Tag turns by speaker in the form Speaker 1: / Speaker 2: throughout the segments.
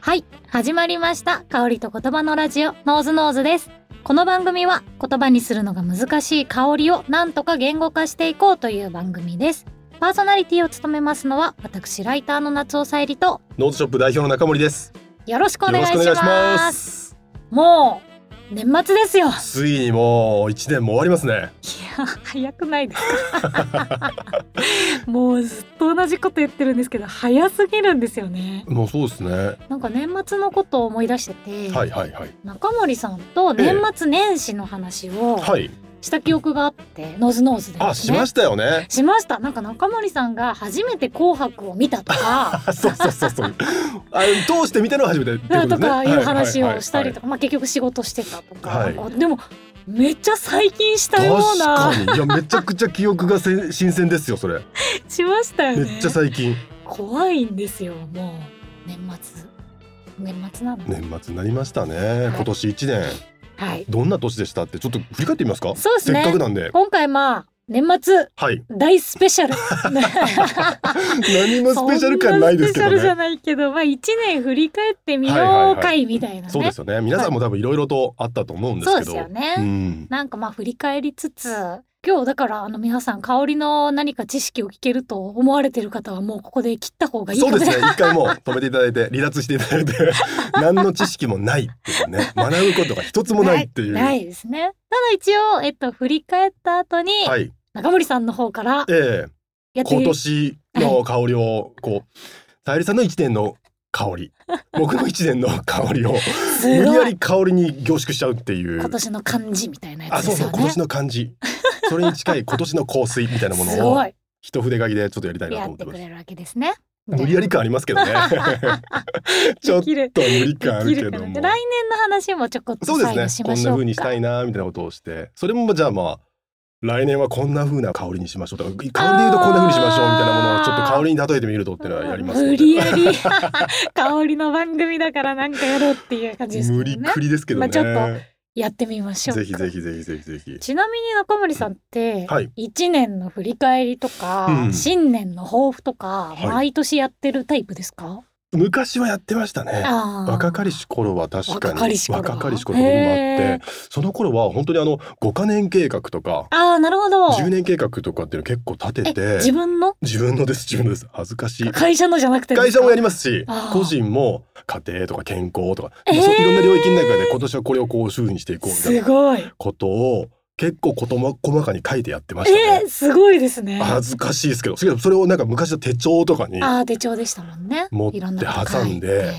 Speaker 1: はい、始まりました。香りと言葉のラジオ、ノーズノーズです。この番組は言葉にするのが難しい香りをなんとか言語化していこうという番組です。パーソナリティを務めますのは私ライターの夏尾さえりと
Speaker 2: ノーズショップ代表の中森です。
Speaker 1: よろしくお
Speaker 2: よ
Speaker 1: 願い
Speaker 2: ろし
Speaker 1: し
Speaker 2: くお願いし
Speaker 1: ま。
Speaker 2: ますす。
Speaker 1: もう年末ですよ。いや
Speaker 2: ついにもう一年も終わりますね。
Speaker 1: 早くないですか。もうずっと同じこと言ってるんですけど早すぎるんですよね。
Speaker 2: もうそうですね。は
Speaker 1: なんか年末のことを思い出してて、
Speaker 2: いはいはい。
Speaker 1: 中森さんと年末年始の話を
Speaker 2: はい。
Speaker 1: した記憶があって、ノーズノーズで、ね。
Speaker 2: あ、しました よね。
Speaker 1: しましたなんか中森さんが初めて「紅白」を見たと か
Speaker 2: あそうそうそうそう。あの通して見たのは初めてってことですね。
Speaker 1: とかいう話をしたりと
Speaker 2: か。
Speaker 1: か、まあ、結局仕事してたとか,、
Speaker 2: はい
Speaker 1: でもめっちゃ最近したよう
Speaker 2: 確か
Speaker 1: な
Speaker 2: に。いやめちゃくちゃ記憶がせ新鮮ですよ それ。
Speaker 1: しましたよ
Speaker 2: め
Speaker 1: ね。
Speaker 2: っちゃ最近。
Speaker 1: 怖いんですよもう年末年末なの、
Speaker 2: 年末になりましたね。今年一年
Speaker 1: はい
Speaker 2: どんな年でしたってちょっと振り返ってみますか。
Speaker 1: そうですね
Speaker 2: せっかくなんで。
Speaker 1: 今回まあ年末
Speaker 2: はい。
Speaker 1: 大スペシャ ル
Speaker 2: 何もスペシャル感ないですけど
Speaker 1: そんなスペシャルじゃ
Speaker 2: ね。
Speaker 1: ないけどまあ一年振り返ってみ
Speaker 2: はいはい
Speaker 1: よ
Speaker 2: は
Speaker 1: う
Speaker 2: い
Speaker 1: 会みたいなね、
Speaker 2: そうですよね。皆さんも多分いろいろとあったと思うんです
Speaker 1: そう
Speaker 2: け
Speaker 1: で
Speaker 2: ど。
Speaker 1: すよね、
Speaker 2: うん。
Speaker 1: なんかまあ振り返りつつ今日だからあの皆さん香りの何か知識を聞けると思われてる方はもうここで切った方がいいか
Speaker 2: そ
Speaker 1: も
Speaker 2: うですね。一回もう止めていただいて、離脱してい ただいて、何の知識もないっていうね、学ぶことが一つもないっていう。
Speaker 1: ないですねただ一応えっと振り返った後に
Speaker 2: はい。
Speaker 1: 中森さんの方から
Speaker 2: ええ
Speaker 1: やって
Speaker 2: 今年の香りを、こう、さゆりさんの一年の香 り、僕の一年の香りを、
Speaker 1: す
Speaker 2: 無理や
Speaker 1: ごい
Speaker 2: り香りに凝縮しちゃうっていう
Speaker 1: 今。年の漢字みたいなや
Speaker 2: あ、
Speaker 1: つで
Speaker 2: そう
Speaker 1: す
Speaker 2: そう、
Speaker 1: よ
Speaker 2: 今
Speaker 1: ね
Speaker 2: 年の漢字。それに近い今年の香水みたいな も
Speaker 1: す
Speaker 2: の
Speaker 1: ご
Speaker 2: を、
Speaker 1: い
Speaker 2: 一筆書きでちょっとやりたいなと
Speaker 1: や
Speaker 2: 思
Speaker 1: っ
Speaker 2: って
Speaker 1: て
Speaker 2: ま
Speaker 1: く
Speaker 2: す。
Speaker 1: れるわけですね
Speaker 2: 無理やり感ありますけ どね。 ちょっ
Speaker 1: できる
Speaker 2: と無理感ある
Speaker 1: でき
Speaker 2: け
Speaker 1: か
Speaker 2: ど
Speaker 1: な来
Speaker 2: も。
Speaker 1: 年の話もちょこっと
Speaker 2: そう
Speaker 1: 最
Speaker 2: で
Speaker 1: 後
Speaker 2: す
Speaker 1: し
Speaker 2: ねこ
Speaker 1: ま
Speaker 2: ん
Speaker 1: し
Speaker 2: な
Speaker 1: ょうか
Speaker 2: 風にしたいなみたいなことをしてそれもじゃあまあ来年はこんな風な香りにしましょうとか香りで言うとこんな風にしましょうみたいなものをちょっと香りに例えてみるとっていうのはやりますの
Speaker 1: 無
Speaker 2: で
Speaker 1: 理やり 香りの番組だからなんかやろうっていう感じですけど
Speaker 2: 無
Speaker 1: ね
Speaker 2: 理くりですけど
Speaker 1: ま
Speaker 2: ね、
Speaker 1: あちょやってみましょうか
Speaker 2: ぜひぜひぜひぜひぜひ
Speaker 1: ちなみに中森さんって
Speaker 2: はい
Speaker 1: 一年の振り返りとか、
Speaker 2: うん
Speaker 1: 新年の抱負とか
Speaker 2: はい
Speaker 1: 毎年やってるタイプですか、
Speaker 2: 昔はやってましたね
Speaker 1: あー
Speaker 2: 若かりし頃は確か
Speaker 1: 若
Speaker 2: に
Speaker 1: かりし頃
Speaker 2: 若かりし頃とかもあっ
Speaker 1: へー
Speaker 2: てその頃は本当にあの5か年計画とか
Speaker 1: あーなるほど
Speaker 2: 10年計画とかっていうの結構立て
Speaker 1: え自
Speaker 2: て
Speaker 1: 分の
Speaker 2: 自分のです自分のです恥ずかしい
Speaker 1: 会社のじゃなくてですか
Speaker 2: 会社もやりますし
Speaker 1: あー
Speaker 2: 個人も家庭とか健康とか、
Speaker 1: えー
Speaker 2: そういろんな領域の中で今年はこれをこう修理にしていこうみたい
Speaker 1: す
Speaker 2: な
Speaker 1: ごい
Speaker 2: ことを結構ことも細かに書いてやってました
Speaker 1: え
Speaker 2: ね。
Speaker 1: ー、すごいですねあ
Speaker 2: 恥ずかしいですけどそれそれをなんか昔の手帳とかに
Speaker 1: あー手帳でしたもんね
Speaker 2: 持って
Speaker 1: いろんなこと書いて
Speaker 2: 挟んで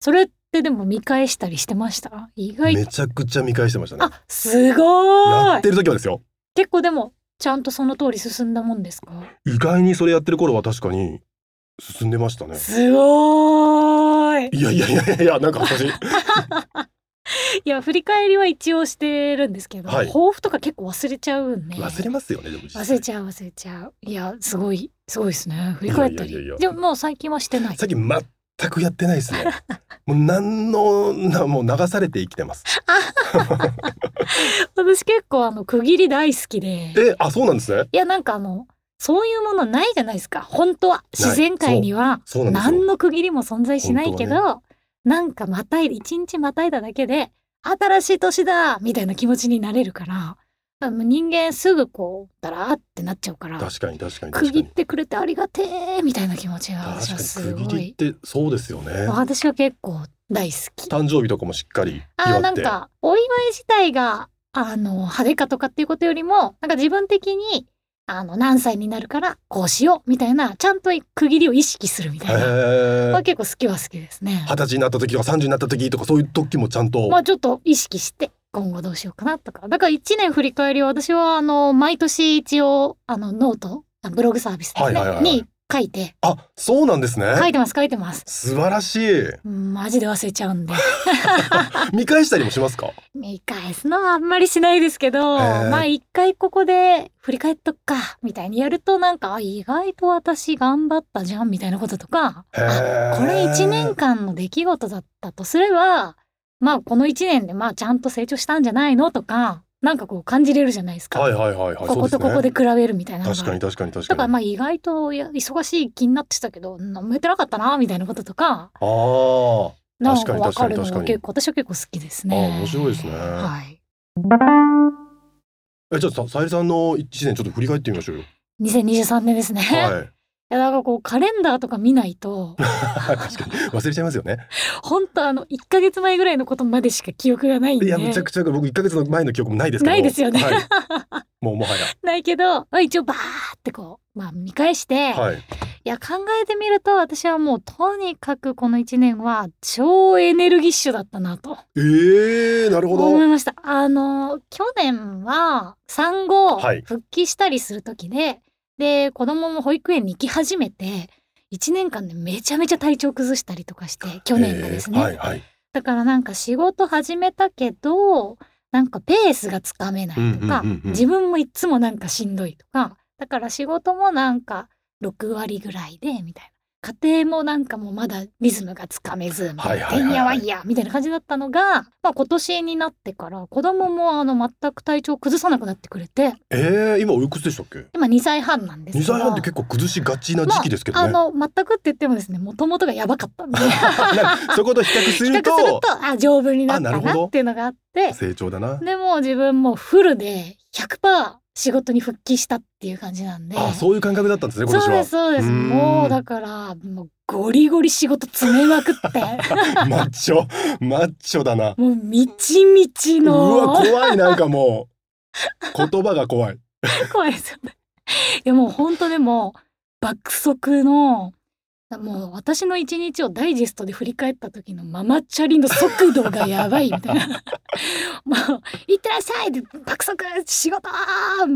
Speaker 1: それってでも見返したりしてました意外と
Speaker 2: めちゃくちゃ見返してましたね。
Speaker 1: あすご
Speaker 2: や
Speaker 1: い
Speaker 2: ってる時はですよ
Speaker 1: 結構でもちゃんとその通り進んだもんですか
Speaker 2: 意外にそれやってる頃は確かに進んでましたね。
Speaker 1: すごーい
Speaker 2: いやいやいやいやいやなんか 私
Speaker 1: いや振り返りは一応してるんですけど、
Speaker 2: はい
Speaker 1: 抱負とか結構忘れちゃうんで
Speaker 2: 忘れますよねでも実際
Speaker 1: 忘れちゃう忘れちゃういやすごいすごいですね振り返ったり
Speaker 2: いやいやいやいや
Speaker 1: でももう最近はしてない
Speaker 2: 最近全くやってないです ね。もう何のなもう流されて生きてます。
Speaker 1: 私結構あの区切り大好きで
Speaker 2: えあそうなんですね。
Speaker 1: いやなんかあのそういうものないじゃないですか本当は
Speaker 2: ない
Speaker 1: 自然界には
Speaker 2: そうなんですよ。
Speaker 1: 何の区切りも存在しないけ
Speaker 2: 本
Speaker 1: ど、なんかまたい一日またいだだけで新しい年だみたいな気持ちになれるからあの人間すぐこうだらーってなっちゃうから
Speaker 2: 確かに確かに
Speaker 1: 区
Speaker 2: 確か
Speaker 1: 切
Speaker 2: に
Speaker 1: ってくれてありがてーみたいな気持ちが私
Speaker 2: 確
Speaker 1: は
Speaker 2: か
Speaker 1: す
Speaker 2: に区
Speaker 1: ご
Speaker 2: 切り
Speaker 1: い
Speaker 2: ってそうですよね
Speaker 1: 私は結構大好き
Speaker 2: 誕生日とかもしっかり
Speaker 1: あ
Speaker 2: 祝
Speaker 1: ー
Speaker 2: って
Speaker 1: なんかお祝い自体があの派手かとかっていうことよりもなんか自分的にあの何歳になるからこうしようみたいなちゃんと区切りを意識するみた
Speaker 2: へ
Speaker 1: いな、
Speaker 2: ー
Speaker 1: まあ、結構好きは好きですね
Speaker 2: 二十歳になった時とか三十になった時とかそういう時もちゃんと、
Speaker 1: まあちょっと意識して今後どうしようかなとかだから1年振り返りは私はあの毎年一応あのノートあブログサービスですね、
Speaker 2: はいはいはい
Speaker 1: に書いて
Speaker 2: あそうなんですね、
Speaker 1: 書いてます書いてます
Speaker 2: 素晴らしい
Speaker 1: うんマジで忘れちゃうんで
Speaker 2: 見返したりもしますか
Speaker 1: 見返すのはあんまりしないですけど、
Speaker 2: へー
Speaker 1: まあ一回ここで振り返っとくかみたいにやるとなんかあ意外と私頑張ったじゃんみたいなこととか
Speaker 2: へー
Speaker 1: あこれ1年間の出来事だったとすればまあこの1年でまあちゃんと成長したんじゃないのとかなんかこう感じれるじゃないですか、
Speaker 2: はいはいはいはい
Speaker 1: こことこ
Speaker 2: そ
Speaker 1: こ
Speaker 2: う
Speaker 1: です
Speaker 2: ね
Speaker 1: 比べるみたいなのが
Speaker 2: 確かに確かに確か
Speaker 1: だ
Speaker 2: に
Speaker 1: からまあ意外といや忙しい気になってたけど何もやってなかったなみたいなこととか
Speaker 2: あー
Speaker 1: なんかわか
Speaker 2: 確かに
Speaker 1: るの
Speaker 2: 確か
Speaker 1: が
Speaker 2: に
Speaker 1: 結構私は結構好きですね。
Speaker 2: あ面白いですね
Speaker 1: はい。
Speaker 2: え、ちょっとささゆりさんの一年ちょっと振り返ってみましょうよ。
Speaker 1: 2023年ですね。い
Speaker 2: はい。
Speaker 1: やなんかこうカレンダーとか見ない と
Speaker 2: 確かに忘れちゃいますよ ね。
Speaker 1: 本当あの1ヶ月前ぐらいのことまでしか記憶がないんで
Speaker 2: いや、むちゃくちゃ僕一ヶ月の前の記憶もないですけど。
Speaker 1: ないですよね
Speaker 2: はい。もうもはや。
Speaker 1: ないけど一応バーってこう、まあ、見返して、い、
Speaker 2: はい。
Speaker 1: や考えてみると私はもうとにかくこの1年は超エネルギッシュだったなと
Speaker 2: えー、なるほど。
Speaker 1: 思
Speaker 2: はいい
Speaker 1: ました。あの去年は産後
Speaker 2: はい
Speaker 1: 復帰したりする時で、で子供も保育園に行き始めて1年間でめちゃめちゃ体調崩したりとかして去年がですね、
Speaker 2: えーはいはい。
Speaker 1: だからなんか仕事始めたけどなんかペースがつかめな
Speaker 2: うん
Speaker 1: いとか、
Speaker 2: うんうんうん
Speaker 1: 自分もいっつもなんかしんどいとかだから仕事もなんか6割ぐらいでみたいな家庭もなんかもうまだリズムがつかめずみたいなて
Speaker 2: はいはいはいはい
Speaker 1: んやわんやみたいな感じだったのが、まあ、今年になってから子供もあの全く体調崩さなくなってくれて
Speaker 2: えー、今おいくつでしたっけ？
Speaker 1: 今2歳半なんです
Speaker 2: 二
Speaker 1: けど
Speaker 2: 歳半って結構崩しがちな時期ですけどね。
Speaker 1: まあ、あの全くって言ってもですねもともとがやばかったん で
Speaker 2: なんかそこと比較す
Speaker 1: 比較す
Speaker 2: る
Speaker 1: る
Speaker 2: と
Speaker 1: とあ丈夫になった
Speaker 2: あなる
Speaker 1: な
Speaker 2: ほど
Speaker 1: っていうのがあって
Speaker 2: 成長だな。
Speaker 1: でもう自分もうフルで100%仕事に復帰したっていう感じなんで。
Speaker 2: あ、そういう感覚だったんですね。今年は。
Speaker 1: そうですそうです
Speaker 2: うーん
Speaker 1: もうだからもうゴリゴリ仕事詰めまくって
Speaker 2: マッチョ、マッチョだな。
Speaker 1: もうみちみち
Speaker 2: う
Speaker 1: の
Speaker 2: わ、怖いなんかもう言葉が怖い。
Speaker 1: 怖いですよね いやもう本当でも爆速のもう私の一日をダイジェストで振り返った時のママチャリの速度がやばいみたいな もう「いってらっしゃい!」で爆速仕事マ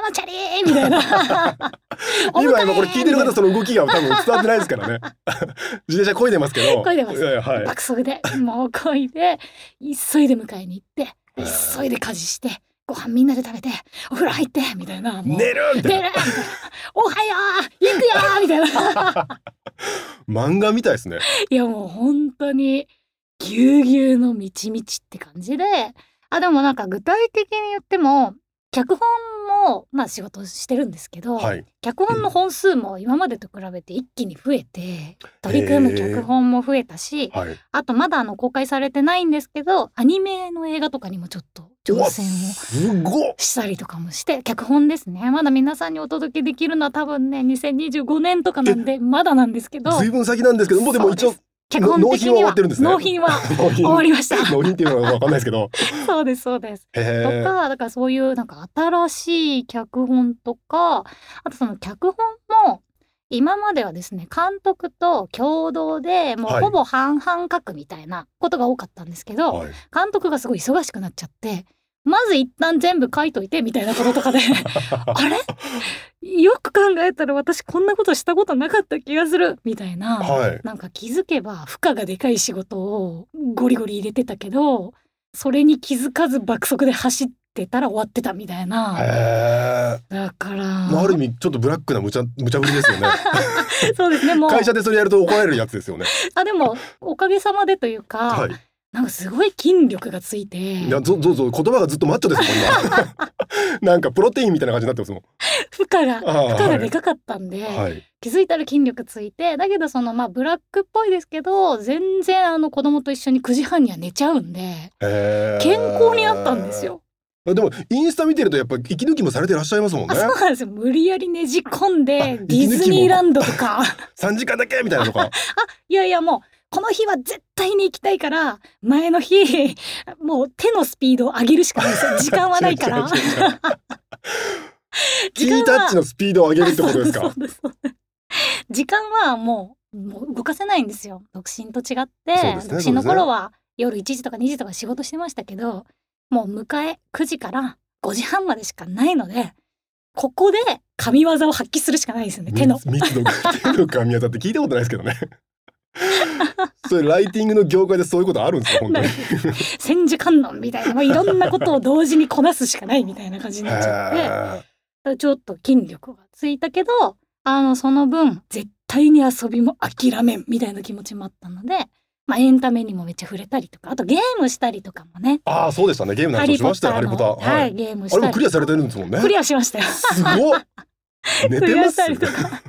Speaker 1: マチャリみたいなお迎え
Speaker 2: 今今これ聞いてる方その動きが多分伝わってないです からね。自転車漕いでますけど。
Speaker 1: 漕いでます
Speaker 2: ややはい。
Speaker 1: 爆速でもうこいで急いで迎えに行って
Speaker 2: へー
Speaker 1: 急いで家事してご飯みんなで食べてお風呂入ってみたいなもう
Speaker 2: 寝るみ
Speaker 1: 出
Speaker 2: た
Speaker 1: るみた
Speaker 2: い
Speaker 1: いなおはよう行くよみたい な
Speaker 2: な。漫画みたいですね。
Speaker 1: いやもう本当にぎゅうぎゅうのみちみちって感じであでもなんか具体的に言っても脚本もまあ仕事してるんですけど、
Speaker 2: はい。
Speaker 1: 脚本の本数も今までと比べて一気に増えて取り組む脚本も増えたし、
Speaker 2: はい。
Speaker 1: あとまだあの公開されてないんですけどアニメの映画とかにもちょっと挑戦を
Speaker 2: すごっ。
Speaker 1: したりとかもして脚本ですねまだ皆さんにお届けできるのは多分ね2025年とかなんでまだなんですけど
Speaker 2: ずいぶん先なんですけど、もうでも一応
Speaker 1: そ脚本的には
Speaker 2: 納品は終わってるんですね
Speaker 1: 納品は
Speaker 2: 納
Speaker 1: 終わ
Speaker 2: 品
Speaker 1: りました
Speaker 2: 納品っていうのはわかんないですけど。
Speaker 1: そうですそうです
Speaker 2: へ
Speaker 1: と
Speaker 2: え。
Speaker 1: かだからそういうなんか新しい脚本とかあとその脚本も今まではですね監督と共同でも
Speaker 2: は
Speaker 1: う
Speaker 2: い
Speaker 1: ほぼ半々書くみたいなことが多かったんですけど、
Speaker 2: はい。
Speaker 1: 監督がすごい忙しくなっちゃってまず一旦全部書いといてみたいなことと かであれよく考えたら私こんなことしたことなかった気がするみたいな、
Speaker 2: はい。
Speaker 1: なんか気づけば負荷がでかい仕事をゴリゴリ入れてたけどそれに気づかず爆速で走ってたら終わってたみたいな、
Speaker 2: へえ。
Speaker 1: だから、
Speaker 2: まあある意味ちょっとブラックな無茶無茶ぶりで すよね。
Speaker 1: そうですねもう
Speaker 2: 会社でそれやると怒られるやつですよね。
Speaker 1: あでもおかげさまでというか、
Speaker 2: はい。
Speaker 1: なんかすごい筋力がついて
Speaker 2: いや、ぞぞぞ言葉がずっとマッチョですもん 今。なんかプロテインみたいな感じになってますもん。
Speaker 1: 負荷が
Speaker 2: ああ
Speaker 1: 負荷がでかかったんで。
Speaker 2: はい。はい
Speaker 1: 気づいたら筋力ついてだけどそのまあブラックっぽいですけど全然あの子供と一緒に9時半には寝ちゃうんで
Speaker 2: へー
Speaker 1: 健康になったんです。よ。
Speaker 2: でもインスタ見てるとやっぱ息抜きもされてらっしゃいますもん
Speaker 1: あ。
Speaker 2: ね
Speaker 1: そうなんですよ無理やりねじ込ん
Speaker 2: あ
Speaker 1: でデ
Speaker 2: 息抜き
Speaker 1: ィ
Speaker 2: も
Speaker 1: ズニーランドとか
Speaker 2: 三時間だけみたいなのとか。
Speaker 1: いやいやもうこの日は絶対に行きたいから前の日もう手のスピードを上げるしかないですよ時間はないから
Speaker 2: 違う違う違う違う
Speaker 1: 時間は
Speaker 2: キータッチのスピードを上げるってことです
Speaker 1: あ
Speaker 2: か。
Speaker 1: そうですそうです時間はもうもう動かせないんですよ独身と違って、
Speaker 2: そうです
Speaker 1: 独身の
Speaker 2: ねそうですね
Speaker 1: 頃は夜1時とか2時とか仕事してましたけどもう迎え9時から5時半までしかないのでここで神業を発揮するしかないですよね手の
Speaker 2: 密 密度が手の神業って聞いたことないですけどね。 それライティングの業界でそういうことあるんですか本当に。
Speaker 1: 千手観音みたいなもういろんなことを同時にこなすしかないみたいな感じになっちゃって。
Speaker 2: へー
Speaker 1: ちょっと筋力がついたけどあのその分絶対に遊びも諦めんみたいな気持ちもあったので、まあ、エンタメにもめっちゃ触れたりとかあとゲームしたりとかもね
Speaker 2: ああそうでしたねゲーム
Speaker 1: 「
Speaker 2: の
Speaker 1: ハ
Speaker 2: 話を
Speaker 1: リー・
Speaker 2: し
Speaker 1: ポ
Speaker 2: ま
Speaker 1: ッ
Speaker 2: した
Speaker 1: ター
Speaker 2: よハリ
Speaker 1: の」
Speaker 2: ポタ。
Speaker 1: はい
Speaker 2: はい。
Speaker 1: ゲームした
Speaker 2: あれ
Speaker 1: り
Speaker 2: もクリアされてるんですもんね。
Speaker 1: クリアしましたよ。
Speaker 2: すごっ。寝
Speaker 1: ク
Speaker 2: て
Speaker 1: リ
Speaker 2: ま
Speaker 1: アし
Speaker 2: す
Speaker 1: た。りとか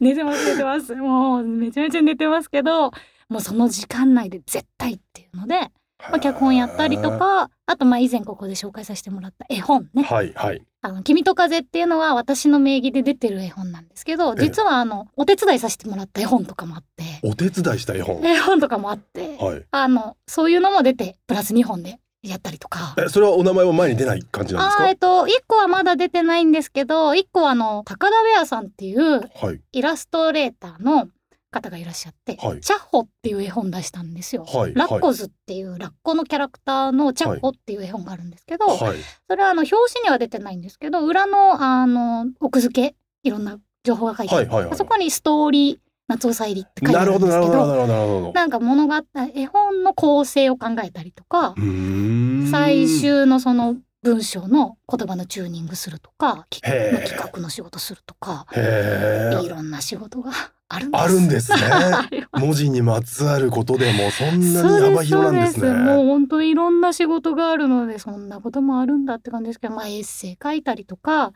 Speaker 1: 寝てます寝てますもうめちゃめちゃ寝てますけどもうその時間内で絶対っていうので、まあ、脚本やったりと
Speaker 2: は
Speaker 1: かあとまあ以前ここで紹介させてもらった絵本ね
Speaker 2: いはい
Speaker 1: 「あの君と風」っていうのは私の名義で出てる絵本なんですけど
Speaker 2: ええ
Speaker 1: 実はあのお手伝いさせてもらった絵本とかもあって
Speaker 2: お手伝いした絵本
Speaker 1: 絵本とかもあって
Speaker 2: はい
Speaker 1: あのそういうのも出てプラス2本でやったりとか。
Speaker 2: えそれはお名前は前に出ない感じなんです
Speaker 1: あーえっと、1個はまだ出てないんですけど1個はあの高田ウェアさんっていう
Speaker 2: かはい
Speaker 1: イラストレーターの方がいらっしゃって、
Speaker 2: はい
Speaker 1: チャッホっていう絵本出したんですよ。
Speaker 2: はい
Speaker 1: ラッコズっていうラッコのキャラクターのチャッホっていう絵本があるんですけど、
Speaker 2: はい
Speaker 1: それはあの表紙には出てないんですけど裏のあの奥付けいろんな情報が書いてあ
Speaker 2: は
Speaker 1: る、
Speaker 2: いはいはい
Speaker 1: あそこに「ストーリー夏尾さゆり」って書いてあ
Speaker 2: なる
Speaker 1: る
Speaker 2: ほ
Speaker 1: んで
Speaker 2: ど
Speaker 1: す
Speaker 2: な
Speaker 1: け
Speaker 2: る
Speaker 1: ど
Speaker 2: ほどなるほどなるほど
Speaker 1: なんか物語絵本の構成を考えたりとか
Speaker 2: うーん
Speaker 1: 最終のその文章の言葉のチューニングするとかき
Speaker 2: へー
Speaker 1: の企画の仕事するとか
Speaker 2: へ
Speaker 1: い
Speaker 2: ー
Speaker 1: ろんな仕事があるんです。
Speaker 2: あるんですね
Speaker 1: あります
Speaker 2: 文字にまつわることでもそんな
Speaker 1: そう
Speaker 2: に
Speaker 1: で
Speaker 2: 幅
Speaker 1: すそう
Speaker 2: 広なん
Speaker 1: で
Speaker 2: ですすね
Speaker 1: もう本当にいろんな仕事があるのでそんなこともあるんだって感じですけど、まあ、エッセイ書いたりとか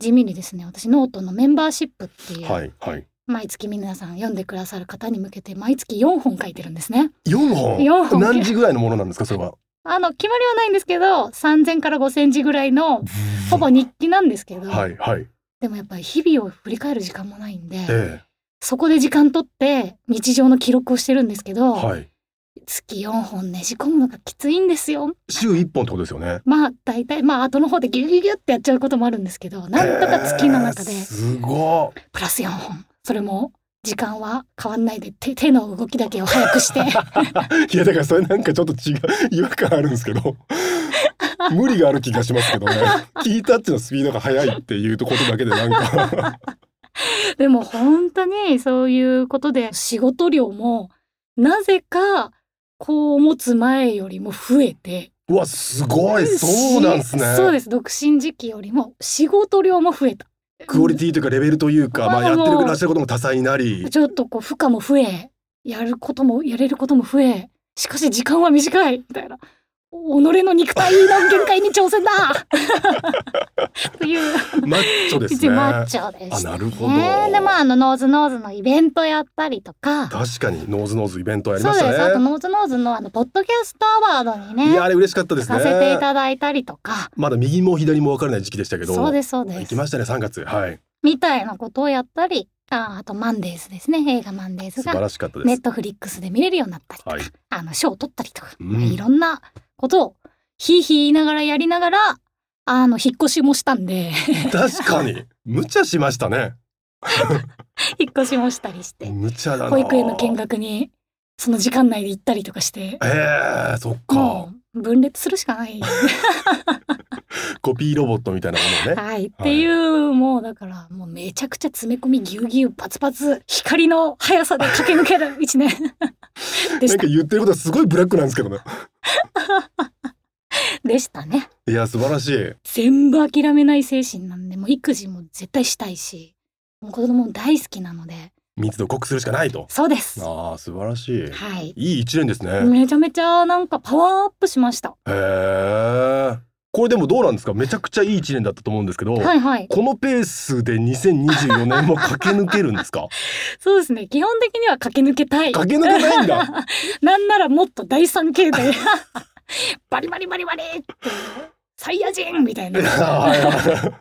Speaker 1: 地味にですね私ノートのメンバーシップっていう、
Speaker 2: はいはい
Speaker 1: 毎月皆さん読んでくださる方に向けて毎月4本書いてるんですね。
Speaker 2: 四本
Speaker 1: 四本
Speaker 2: 何時ぐらいのものなんですかそれは
Speaker 1: あの決まりはないんですけど3,000から5,000字ぐらいのほぼ日記なんですけど、
Speaker 2: はいはい
Speaker 1: でもやっぱり日々を振り返る時間もないんで、
Speaker 2: え
Speaker 1: そこで時間取って日常の記録をしてるんですけど、
Speaker 2: えはい
Speaker 1: 月4本ねじ込むのがきついんですよ。
Speaker 2: 週一本ってことですよね
Speaker 1: まあ大体まあ後の方でギュギュギュってやっちゃうこともあるんですけどなんとか月の中で
Speaker 2: えーすごい
Speaker 1: プラス4本それも時間は変わんないで手手の動きだけを早くして
Speaker 2: いやだからそれなんかちょっと違う違和感あるんです けど無理がある気がしますけどね聞いたっていうのはスピードが速いっていうことだけでなん か
Speaker 1: でも本当にそういうことで仕事量もなぜかこう持つ前よりも増えて
Speaker 2: うわすごいそうなんですね
Speaker 1: しそうです独身時期よりも仕事量も増えた
Speaker 2: クオリティというかレベルというか、まあ、
Speaker 1: まあ
Speaker 2: やって
Speaker 1: もう
Speaker 2: るらっしゃることも多彩になり
Speaker 1: ちょっとこう負荷も増えやることもやれることも増えしかし時間は短いみたいな己の肉体の限界に挑戦だという
Speaker 2: マッチョです
Speaker 1: 一
Speaker 2: ね
Speaker 1: マッチョでした、ね。
Speaker 2: あなるほど
Speaker 1: でまああのノーズノーズのイベントやったりとか。
Speaker 2: 確かにノーズノーズイベントやり
Speaker 1: そ
Speaker 2: ま
Speaker 1: う
Speaker 2: し
Speaker 1: です。あ
Speaker 2: た
Speaker 1: と
Speaker 2: ね
Speaker 1: ノーズノーズのあのポッドキャストアワードにね
Speaker 2: いやあれ嬉しかったで
Speaker 1: 行
Speaker 2: すね
Speaker 1: かせていただいたりとか、
Speaker 2: まだ右も左も分からない時期でしたけど
Speaker 1: そうですそうで
Speaker 2: 行
Speaker 1: す
Speaker 2: き。ましたね3月はい
Speaker 1: みたいなことをやったり、ああとマンデーズですね。映画マンデーズ
Speaker 2: 素
Speaker 1: が
Speaker 2: 晴らしかったで
Speaker 1: ネ
Speaker 2: す
Speaker 1: ットフリックスで見れるようになったりとか、
Speaker 2: はい
Speaker 1: あの賞を取ったりとか、
Speaker 2: うん
Speaker 1: いろんなことをひいひい言いながらやりながらあの引っ越しもしたんで
Speaker 2: 確かに無茶しましたね
Speaker 1: 引っ越しもしたりして
Speaker 2: 無茶だな
Speaker 1: 保育園の見学にその時間内で行ったりとかして
Speaker 2: えー、そっか
Speaker 1: もう分裂するしか ない、
Speaker 2: コピーロボットみたいなものをね
Speaker 1: はい、っていう、もうだからもうめちゃくちゃ詰め込みぎゅうぎゅうパツパツ光の速さで駆け抜ける一年 で
Speaker 2: な
Speaker 1: し
Speaker 2: んか
Speaker 1: た
Speaker 2: 言ってることはすごいブラックなんですけどね
Speaker 1: でしたね。
Speaker 2: いや素晴らしい
Speaker 1: 全部諦めない精神なんでもう育児も絶対したいしもう子供も大好きなので
Speaker 2: 密度濃くするしかないと
Speaker 1: そうですは
Speaker 2: あー素晴らしい
Speaker 1: い
Speaker 2: いい一年ですね、
Speaker 1: めちゃめちゃなんかパワーアップしました
Speaker 2: へえこれでもどうなんですかめちゃくちゃいい一年だったと思うんですけど、
Speaker 1: はいはい
Speaker 2: このペースで2024年も 駆け抜けるんですか
Speaker 1: そうですね基本的には駆け抜けたい
Speaker 2: 駆け抜けないんだ
Speaker 1: なんならもっと第三形態 バリバリバリバリっていうサイヤ人みたい
Speaker 2: いや
Speaker 1: な
Speaker 2: はいはい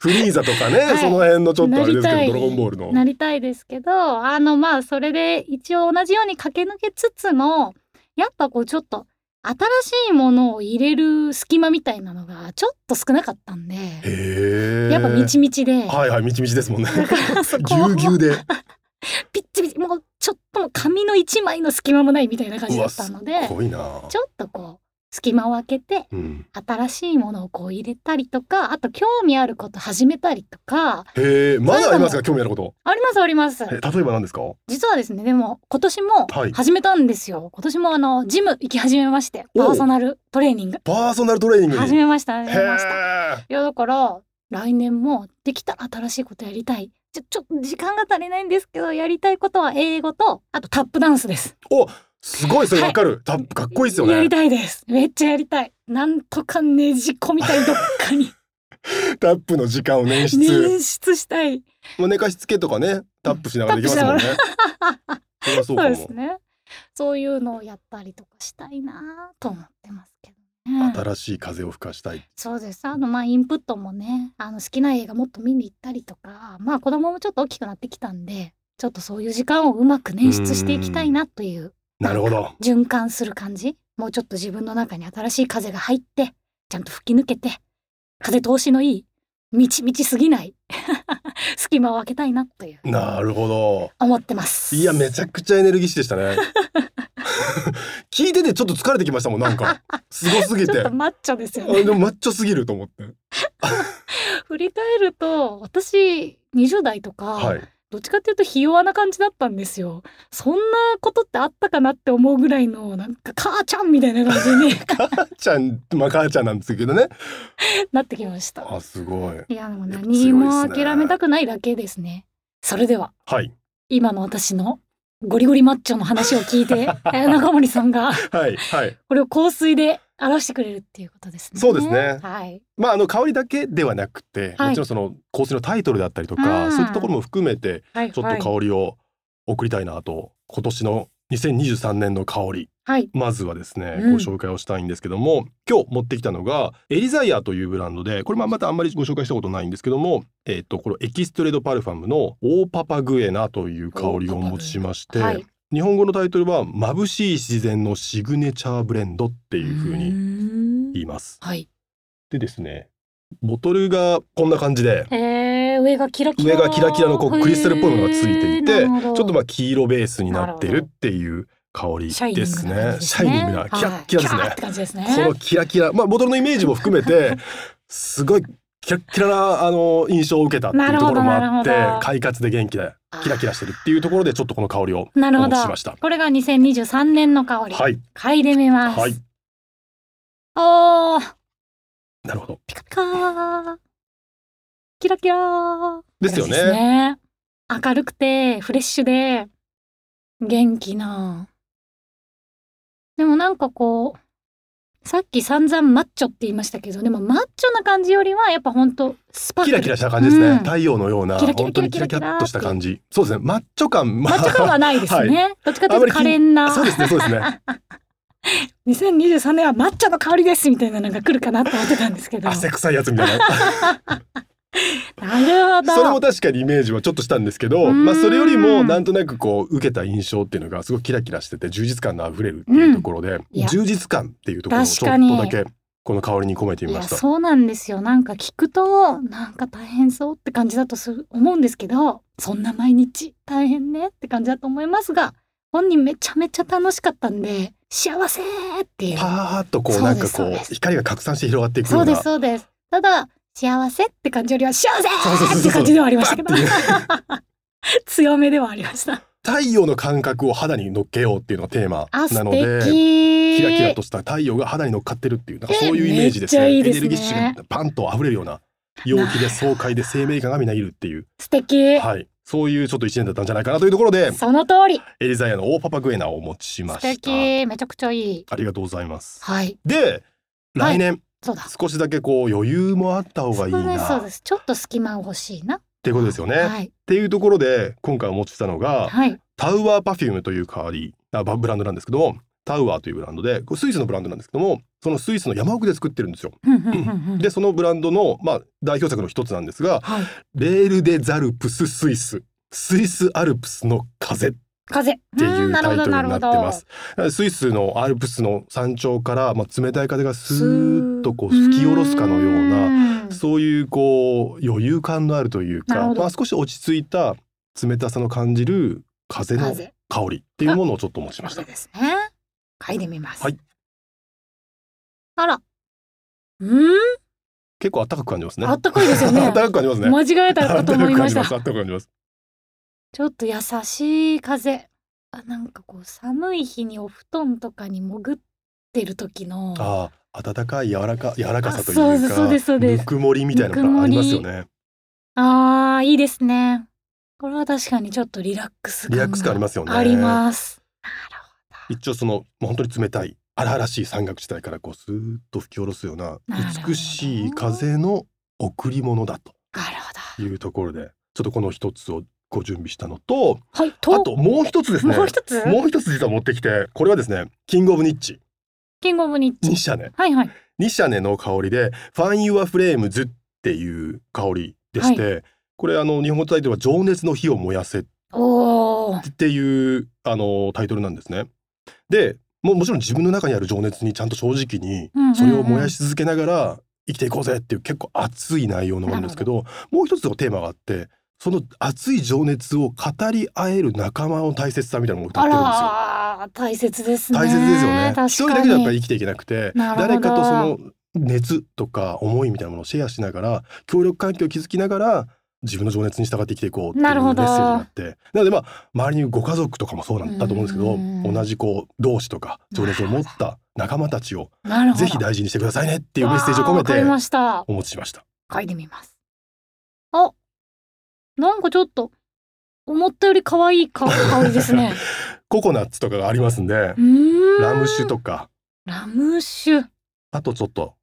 Speaker 2: フリーザとかね、
Speaker 1: はい
Speaker 2: その辺のちょっとあ
Speaker 1: な
Speaker 2: れで
Speaker 1: り
Speaker 2: すけ
Speaker 1: た
Speaker 2: ど
Speaker 1: い
Speaker 2: ドラゴンボールの
Speaker 1: なりたいですけどあのまあそれで一応同じように駆け抜けつつもやっぱこうちょっと新しいものを入れる隙間みたいなのがちょっと少なかったんで
Speaker 2: へえ
Speaker 1: やっぱみちみちで、
Speaker 2: はいはいみちみちですもんね
Speaker 1: だから そ
Speaker 2: ぎ
Speaker 1: こ
Speaker 2: ゅう
Speaker 1: を
Speaker 2: ぎゅうで
Speaker 1: ピッチピチもうちょっとも紙の一枚の隙間もないみたいな感じだったので
Speaker 2: うわすごいな
Speaker 1: ちょっとこう隙間を空けて
Speaker 2: うん、
Speaker 1: 新しいものをこう入れたりとかあと興味あること始めたりとか
Speaker 2: へえまだありますか興味あること
Speaker 1: ありますあります
Speaker 2: え例えば何ですかお
Speaker 1: 実はですねでも今年も
Speaker 2: はい
Speaker 1: 始めたんですよ、今年もあのジム行き始めまして
Speaker 2: お
Speaker 1: パーソナルトレーニング
Speaker 2: パーソナルトレーニングに
Speaker 1: 始めました
Speaker 2: へ
Speaker 1: 始めましたい
Speaker 2: え
Speaker 1: やだから来年もできたら新しいことやりたいちょちょっと時間が足りないんですけどやりたいことは英語とあとタップダンスです
Speaker 2: おすごいそれ
Speaker 1: はい
Speaker 2: わかる、タップかっこいいですよね
Speaker 1: やりたいですめっちゃやりたいなんとかねじ込みたいどっか に
Speaker 2: タップの時間を捻出、
Speaker 1: 捻出したい
Speaker 2: もう寝かしつけとかねタップしながらできますもんねそれはそう
Speaker 1: そう
Speaker 2: かも
Speaker 1: ですねそういうのをやったりとかしたいなと思ってますけどね。
Speaker 2: 新しい風を吹かしたい。
Speaker 1: そうですあのまあインプットもねあの好きな映画もっと見に行ったりとかまあ子供もちょっと大きくなってきたんでちょっとそういう時間をうまく捻出していきたいなという
Speaker 2: なるほど。
Speaker 1: 循環する感じもうちょっと自分の中に新しい風が入ってちゃんと吹き抜けて風通しのいいみちみちすぎない 隙間を空けたいなという
Speaker 2: なるほど。
Speaker 1: 思ってます
Speaker 2: いやめちゃくちゃエネルギッシュでしたね。聞いててちょっと疲れてきましたもんなんかすごすぎ
Speaker 1: ちょ
Speaker 2: て。
Speaker 1: っと
Speaker 2: あ
Speaker 1: マッチョですよね
Speaker 2: でもマッチョすぎると思って。
Speaker 1: 振り返ると私20代とか、
Speaker 2: はい。
Speaker 1: どっちかっていうとひ弱な感じだったんですよそんなことってあったかなって思うぐらいのなんか母ちゃんみたいな感じに
Speaker 2: 母ちゃんまあ母ちゃんなんですけどね。
Speaker 1: なってきました
Speaker 2: あすごい。
Speaker 1: いやでも
Speaker 2: やっぱ
Speaker 1: 何
Speaker 2: 強いっす
Speaker 1: も
Speaker 2: ね
Speaker 1: 諦めたくないだけですねそれでは
Speaker 2: はい
Speaker 1: 今の私のゴリゴリマッチョの話を聞 いてえー中森さんが
Speaker 2: はいはい。
Speaker 1: これを香水で表してくれるっていうことですね
Speaker 2: そうですね
Speaker 1: はい
Speaker 2: まああの香りだけではなくて、
Speaker 1: はい
Speaker 2: もちろんその香水のタイトルだったりと
Speaker 1: う
Speaker 2: か
Speaker 1: ん
Speaker 2: そういったところも含めて
Speaker 1: はい
Speaker 2: ちょっと香りを送りたいなと、今年の2023年の香り
Speaker 1: はい
Speaker 2: まずはですね、
Speaker 1: うん
Speaker 2: ご紹介をしたいんですけども今日持ってきたのがエリザイアというブランドでこれまあまたあんまりご紹介したことないんですけども、えっとこのエキストレードパルファムの「オーパパグエナ」という香りをお持ちしまして、
Speaker 1: はい
Speaker 2: 日本語のタイトルは「眩しい自然のシグネチャーブレンド」っていうふうに言
Speaker 1: に
Speaker 2: います。
Speaker 1: はい
Speaker 2: でですねボトルがこんな感じで
Speaker 1: えー、上がキラキラ
Speaker 2: 上がキラキラのこうクリスタルっぽいものがついていて、
Speaker 1: へーなる
Speaker 2: ち
Speaker 1: ほ
Speaker 2: ょ
Speaker 1: ど
Speaker 2: っとまあ黄色ベースになって
Speaker 1: なる
Speaker 2: る
Speaker 1: ほど
Speaker 2: っていう香り
Speaker 1: シャイニン
Speaker 2: で
Speaker 1: グな
Speaker 2: す
Speaker 1: 感
Speaker 2: ね
Speaker 1: じ。
Speaker 2: シャイニングな、キラッキラですね。
Speaker 1: はいキラーって感じですね。
Speaker 2: このキラキラ、まあ、ボトルのイメージも含めて、すごい。キラッキラなあの印象を受けたってい
Speaker 1: な
Speaker 2: う
Speaker 1: る
Speaker 2: と
Speaker 1: ほ
Speaker 2: こ
Speaker 1: ど
Speaker 2: ろもあって
Speaker 1: なるほど
Speaker 2: 快活で元気でキラキラしてるっていうところでちょっとこの香りを
Speaker 1: なる
Speaker 2: お
Speaker 1: ほ
Speaker 2: 持ち
Speaker 1: ど
Speaker 2: しました。
Speaker 1: これが2023年の香り。
Speaker 2: はい
Speaker 1: 嗅いでみます。
Speaker 2: はい
Speaker 1: おー、
Speaker 2: なるほど
Speaker 1: ピカピカー。キラキラー。
Speaker 2: ですよね
Speaker 1: ですね。明るくて、フレッシュで、元気な。でもなんかこう、さっき散々マッチョって言いましたけど、でもマッチョな感じよりは、やっぱほんと、スパック
Speaker 2: キラキラした感じですね、
Speaker 1: うん
Speaker 2: 太陽のような
Speaker 1: キラキラ
Speaker 2: 本当に
Speaker 1: キ
Speaker 2: キラ
Speaker 1: ラ
Speaker 2: キ
Speaker 1: キ
Speaker 2: ラ
Speaker 1: ラ
Speaker 2: っとした感じそうですねマッチョ感
Speaker 1: マッチョ感はないです ね。どっちかというと可憐な。
Speaker 2: そうですねそうですね
Speaker 1: 2023年は抹茶の香りですみたいなのが来るかなと思ってたん ですけど。な
Speaker 2: 汗
Speaker 1: る
Speaker 2: 臭いやつみたいな
Speaker 1: ほど。
Speaker 2: それも確かにイメージはちょっとしたんですけど、まあ、
Speaker 1: うん
Speaker 2: それよりもなんとなくこう受けた印象っていうのがすごいキラキラしてて充実感のあふれるっていうところで、
Speaker 1: いや
Speaker 2: 充実感っていうところをちょっとだけこの香りに込めて
Speaker 1: い
Speaker 2: みま
Speaker 1: や、
Speaker 2: した。
Speaker 1: そうなんですよ。なんか聞くと、なんか大変そうって感じだとする思うんですけど、そんな毎日大変ねって感じだと思いますが、本人めちゃめちゃ楽しかったんで、幸せーっていう。
Speaker 2: パーッとこう
Speaker 1: そう
Speaker 2: なん
Speaker 1: で
Speaker 2: か
Speaker 1: す
Speaker 2: こ
Speaker 1: そうで
Speaker 2: う
Speaker 1: す
Speaker 2: 光が拡散して広がっていくよ
Speaker 1: そううで
Speaker 2: な
Speaker 1: す、そうです。ただ、幸せって感じよりは、幸せ
Speaker 2: そうそうそうそう
Speaker 1: ーって感じではありましたけど
Speaker 2: バッていう。
Speaker 1: 強めではありました。
Speaker 2: 太陽の感覚を肌に乗っけようっていうのがテーマ
Speaker 1: あ、素
Speaker 2: なの
Speaker 1: 敵
Speaker 2: で。キラキラとした太陽が肌に乗っかってるっていうなんかそういうイメージです
Speaker 1: えめっちゃ
Speaker 2: ね
Speaker 1: い
Speaker 2: エ
Speaker 1: い
Speaker 2: ネ
Speaker 1: です
Speaker 2: ル
Speaker 1: ね
Speaker 2: ギッシュがパンと溢れるような陽気で爽快で生命感がみなぎるっていう、
Speaker 1: 素敵、
Speaker 2: はい、そういうちょっと一年だったんじゃないかなというところで
Speaker 1: その通り
Speaker 2: エリザイアの大パパグエナをお持ちしま
Speaker 1: 素
Speaker 2: した
Speaker 1: 敵めちゃくちゃいい
Speaker 2: ありがとうございます
Speaker 1: はい
Speaker 2: で来年、
Speaker 1: そうだ
Speaker 2: 少しだけこう余裕もあった方がいい
Speaker 1: そうですそ
Speaker 2: な
Speaker 1: う
Speaker 2: っ
Speaker 1: ですちょっと隙間を欲しいな
Speaker 2: ていうことですよね、っ
Speaker 1: はい
Speaker 2: ていうところで今回お持ちしたのが
Speaker 1: はい
Speaker 2: タウアーパフュームという代わりあバブランドなんですけどもタウアーというブランドでこれスイスのブランドなんですけどもそのスイスの山奥で作ってるんですよ
Speaker 1: うんうんうんうん
Speaker 2: でそのブランドの、まあ、代表作の一つなんですが
Speaker 1: はい
Speaker 2: 「レール・デ・ザルプス・スイス」「スイス・アルプスの風」っ
Speaker 1: 風
Speaker 2: ていうタイトルになってま
Speaker 1: うん
Speaker 2: す。なのでスイスのアルプスの山頂から、まあ、冷たい風がスーッとこう吹き下ろすかのような
Speaker 1: なるほど
Speaker 2: そういうこう余裕感のあるという
Speaker 1: なる
Speaker 2: か、
Speaker 1: ほど
Speaker 2: まあ、少し落ち着いた冷たさの感じる風
Speaker 1: うーん
Speaker 2: の
Speaker 1: 風
Speaker 2: 香りっていうものをちょっとお持ちしまし
Speaker 1: そ
Speaker 2: た
Speaker 1: う。ですね嗅いでみます
Speaker 2: はい
Speaker 1: あらうん
Speaker 2: 結構暖かく感じますね。
Speaker 1: あったかいですよ ね
Speaker 2: 暖かく感じますね。
Speaker 1: 間違えたかと思いまし
Speaker 2: 暖
Speaker 1: た
Speaker 2: かく感じます暖かく感じます。
Speaker 1: ちょっと優しい風あなんかこう寒い日にお布団とかに潜ってる時の
Speaker 2: ああ、暖かい柔らか柔らかさと
Speaker 1: あ
Speaker 2: いうか、
Speaker 1: そうですそうですそうです
Speaker 2: ぬくもりみたいなのがありますよね。
Speaker 1: あーいいですね。これは確かにちょっとリラックス
Speaker 2: リラックス感ありますよね
Speaker 1: あります。なる
Speaker 2: 一応そのもう本当に冷たい荒々しい山岳地帯からこうスーッと吹き下ろすような
Speaker 1: なるほど
Speaker 2: 美しい風の贈り物だと
Speaker 1: ほど。なるほど。
Speaker 2: いうところで、ちょっとこの一つを個準備したのと
Speaker 1: はい。
Speaker 2: あともう一つですね
Speaker 1: もう一つ
Speaker 2: もう一つ実は持ってきてこれはですねキングオブニッチ
Speaker 1: キングオブニッチ。
Speaker 2: ニシャネ
Speaker 1: はいはい。
Speaker 2: ニシャネの香りで「ファン・ユア・フレームズ」っていう香りでして、これあの日本語タイトルは「情熱の火を燃やせ」っ
Speaker 1: おお。
Speaker 2: ていうあのタイトルなんですね。でもうもちろん自分の中にある情熱にちゃんと正直に
Speaker 1: うんうんうん
Speaker 2: それを燃やし続けながら生きていこうぜっていう結構熱い内容のものですけどもう一つのテーマがあってその熱い情熱を語り合える仲間の大切さみたいなのを歌っ
Speaker 1: あ
Speaker 2: てるんですよ。
Speaker 1: らー、大切ですね。
Speaker 2: 大切ですよね
Speaker 1: 確かに。
Speaker 2: 一人だけじゃやっぱり生きていけなくて
Speaker 1: なるほど
Speaker 2: 誰かとその熱とか思いみたいなものをシェアしながら協力関係を築きながら自分の情熱に従って生きていこうっていうメ
Speaker 1: なるほ
Speaker 2: ッセ
Speaker 1: ど
Speaker 2: ージになってなのでまあ周りにご家族とかもそうなんだと思うんですけ
Speaker 1: う
Speaker 2: ど
Speaker 1: ん
Speaker 2: 同じこう同志とか情熱を持った仲間たちを
Speaker 1: なるほど。
Speaker 2: ぜひ大事にしてくださいねっていうメッセージを込
Speaker 1: わ
Speaker 2: め
Speaker 1: ーわかりま
Speaker 2: て
Speaker 1: した。
Speaker 2: お持ちしました。
Speaker 1: 書いてみます。あ、なんかちょっと思ったより可愛い香香りです ね。
Speaker 2: ココナッツとかがありますんで
Speaker 1: うーん。
Speaker 2: ラム酒とか
Speaker 1: ラム酒。
Speaker 2: あとちょっと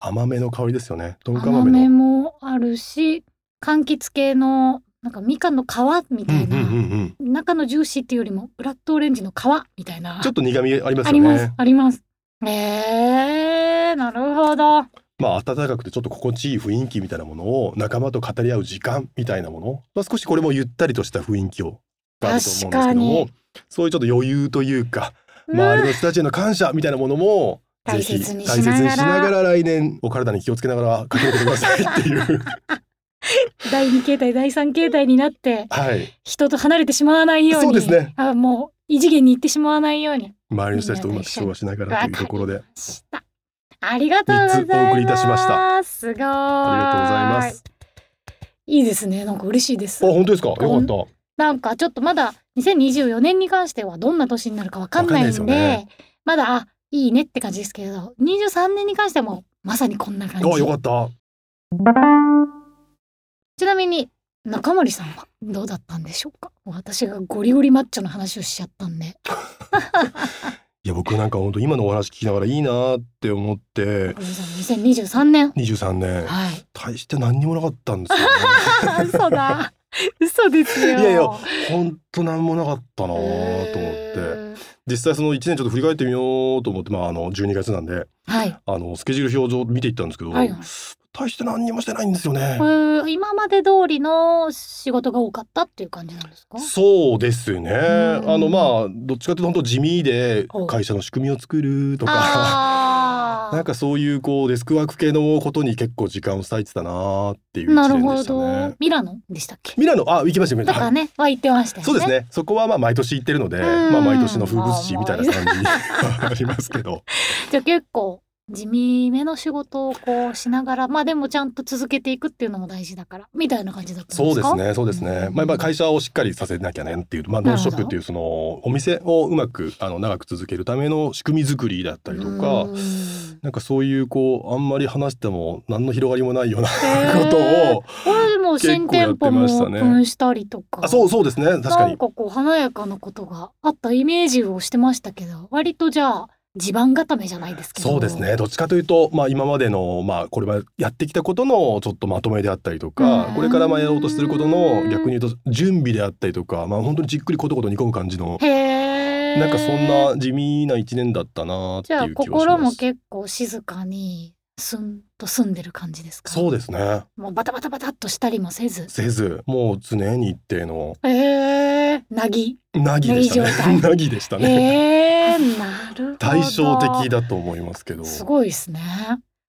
Speaker 2: 甘めの香りですよね。トンカ
Speaker 1: 甘
Speaker 2: 豆
Speaker 1: め
Speaker 2: の。
Speaker 1: もあるし、柑橘系のなんかみかんの皮み
Speaker 2: うん
Speaker 1: たいな、
Speaker 2: うんうんうん。
Speaker 1: 中のジューシーっていうよりもブラッドオレンジの皮みたいな。
Speaker 2: ちょっと苦味あります
Speaker 1: あ
Speaker 2: よ
Speaker 1: りま
Speaker 2: ね
Speaker 1: す。あります。えー、なるほど。
Speaker 2: まあ、暖かくてちょっと心地いい雰囲気みたいなものを仲間と語り合う時間みたいなもの、まあ、少しこれもゆったりとした雰囲気をがあると思うんですけども
Speaker 1: 確
Speaker 2: そういうちょっと余裕というか
Speaker 1: うん
Speaker 2: 周りの人たちへの感謝みたいなものも
Speaker 1: 大
Speaker 2: ぜひ
Speaker 1: 切にしながら
Speaker 2: 大切にしながら来年お体に気をつけながらかけてく ださいっていう
Speaker 1: 第二形態、第三形態になって、
Speaker 2: はい
Speaker 1: 人と離れてしまわないように。
Speaker 2: そうですね。
Speaker 1: あ、もう異次元に行ってしまわないように。
Speaker 2: 周りの人たちとうまく調和しながらというところで
Speaker 1: した。ありがとうございます。
Speaker 2: 三つお送りいたしました。
Speaker 1: すごい。
Speaker 2: ありがとうございま
Speaker 1: い
Speaker 2: す。
Speaker 1: いですね。なんか嬉しいです
Speaker 2: あ。本当ですかよかった
Speaker 1: なんかちょっとまだ2024年に関してはどんな年になるかわかんないんで、
Speaker 2: わかんないです
Speaker 1: まだあいいねって感じですけど、23年に関してはもうまさにこんな感
Speaker 2: あよか
Speaker 1: じ。
Speaker 2: った
Speaker 1: ちなみに中森さんはどうだったんでしょうか。私がゴリゴリマッチョの話をしちゃったんで、
Speaker 2: いや僕なんか本当今のお話聞きながらいいなって思っ
Speaker 1: 中
Speaker 2: て
Speaker 1: 森さん2023年。
Speaker 2: 23年
Speaker 1: はい。
Speaker 2: 大して何にもなかったんですよね
Speaker 1: 嘘だ。嘘ですよ。
Speaker 2: いやいや本当なんもなかったなと思って
Speaker 1: へー
Speaker 2: 実際その1年ちょっと振り返ってみようと思って、まあ、あの12月なんで
Speaker 1: はい。
Speaker 2: あのスケジュール表上見ていったんですけど、
Speaker 1: はいはい
Speaker 2: 大して何にもしてないんですよね
Speaker 1: え。ー今まで通りの仕事が多かったっていう感じなんですか。
Speaker 2: そうですね。
Speaker 1: ん
Speaker 2: あのまあどっちかっていうと本当地味で
Speaker 1: お
Speaker 2: 会社の仕組みを作るとか。
Speaker 1: あー
Speaker 2: なんかそういうこうデスクワーク系のことに結構時間を割いてたなっていう一
Speaker 1: なる
Speaker 2: 年で
Speaker 1: ほ
Speaker 2: した
Speaker 1: ど
Speaker 2: ね。。
Speaker 1: ミラノでしたっけ。
Speaker 2: ミラノあ行きました行き
Speaker 1: だか
Speaker 2: ました
Speaker 1: ら
Speaker 2: はい
Speaker 1: ね、は行ってましたよね。
Speaker 2: そうです。ね。そこはまあ毎年行ってるので、
Speaker 1: うん
Speaker 2: まあ毎年の風物詩みたいな感じありますけど。
Speaker 1: じゃあ結構地味めの仕事をこうしながら、まあでもちゃんと続けていくっていうのも大事だからみたいな感じだったん
Speaker 2: そ
Speaker 1: で
Speaker 2: う
Speaker 1: す
Speaker 2: で
Speaker 1: か。
Speaker 2: す。ね、そうですね。まあ、まあ会社をしっかりさせなきゃねっていう、まあ、ノンショップっていうそのお店をうまくあの長く続けるための仕組み作りだったりとか、なんかそういうこうあんまり話しても何の広がりもないようなことを、
Speaker 1: これでも新店舗もオ
Speaker 2: 結構やってました
Speaker 1: ー
Speaker 2: ね
Speaker 1: プンしたりとか。
Speaker 2: あ、そうそうですね、確か
Speaker 1: なん
Speaker 2: に。
Speaker 1: かこう華やかなことがあったイメージをしてましたけど割とじゃあ地盤固めじゃないですけど
Speaker 2: そうですね。どっちかというと、まあ今までのまあこれはやってきたことのちょっとまとめであったりと
Speaker 1: う
Speaker 2: か
Speaker 1: ん、
Speaker 2: これからまあやろうとすることの逆に言うと準備であったりとか、まあ本当にじっくりことこと煮込む感じの
Speaker 1: へえ
Speaker 2: なんかそんな地味な一年だったなって
Speaker 1: じゃ
Speaker 2: い
Speaker 1: あ
Speaker 2: う気がします。
Speaker 1: 心も結構静かにすんと住んでる感じですか
Speaker 2: そうですね。
Speaker 1: もうバタバタバタっとしたりもせず
Speaker 2: せずもう常に一定の
Speaker 1: へえなぎ
Speaker 2: なぎでした
Speaker 1: いい
Speaker 2: ね
Speaker 1: 状態
Speaker 2: なぎでした
Speaker 1: へ
Speaker 2: ね
Speaker 1: え なるほど
Speaker 2: 対照的だと思いますけど
Speaker 1: すごいですね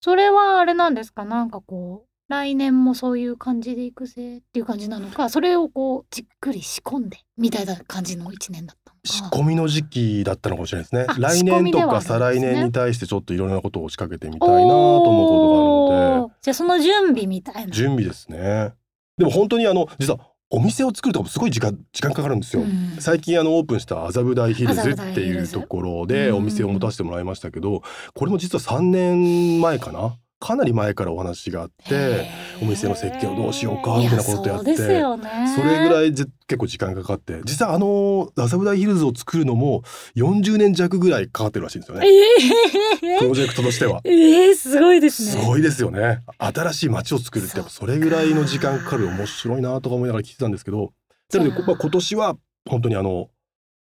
Speaker 1: それはあれなんですかなんかこう来年もそういう感じでいくぜっていう感じなのかそれをこうじっくり仕込んでみたいな感じの一年だった
Speaker 2: 仕
Speaker 1: のか
Speaker 2: 込みの時期だったのかもしれないです
Speaker 1: あ
Speaker 2: ね来
Speaker 1: 仕込み
Speaker 2: 年とか再
Speaker 1: ではあるん
Speaker 2: 来
Speaker 1: ですね
Speaker 2: 年に対してちょっといろんなことを仕掛けてみたいなと思うことがあるの
Speaker 1: おーじゃあその準備みたい
Speaker 2: で
Speaker 1: な
Speaker 2: 準備ですねでも本当にあの実はお店を作るとかもすごい時間時間かかるんですよ、
Speaker 1: うん
Speaker 2: 最近あのオープンした麻布台ヒルズっ
Speaker 1: 麻布台
Speaker 2: て
Speaker 1: ヒ
Speaker 2: い
Speaker 1: ル
Speaker 2: う
Speaker 1: ズ
Speaker 2: ところで
Speaker 1: うん
Speaker 2: お店を持たせてもらいましたけどこれも実は3年前かなかなり前からお話があって
Speaker 1: へー
Speaker 2: お店の設計をどうしようかみたいなことやって
Speaker 1: いそうですよね
Speaker 2: それぐ
Speaker 1: い
Speaker 2: らいぜ結構時間かかって実はあの麻布台ヒルズを作るのも40年弱ぐらいかかってるらしいんですよねプ
Speaker 1: え
Speaker 2: ロジェクトとしては。
Speaker 1: えええすごいですね
Speaker 2: すごいですよね新しい街を作るってやっぱそれぐらいの時間かかる面白いなとか思いながら聞いてたんですけどなので、
Speaker 1: あー
Speaker 2: まあ、今年は本当にあの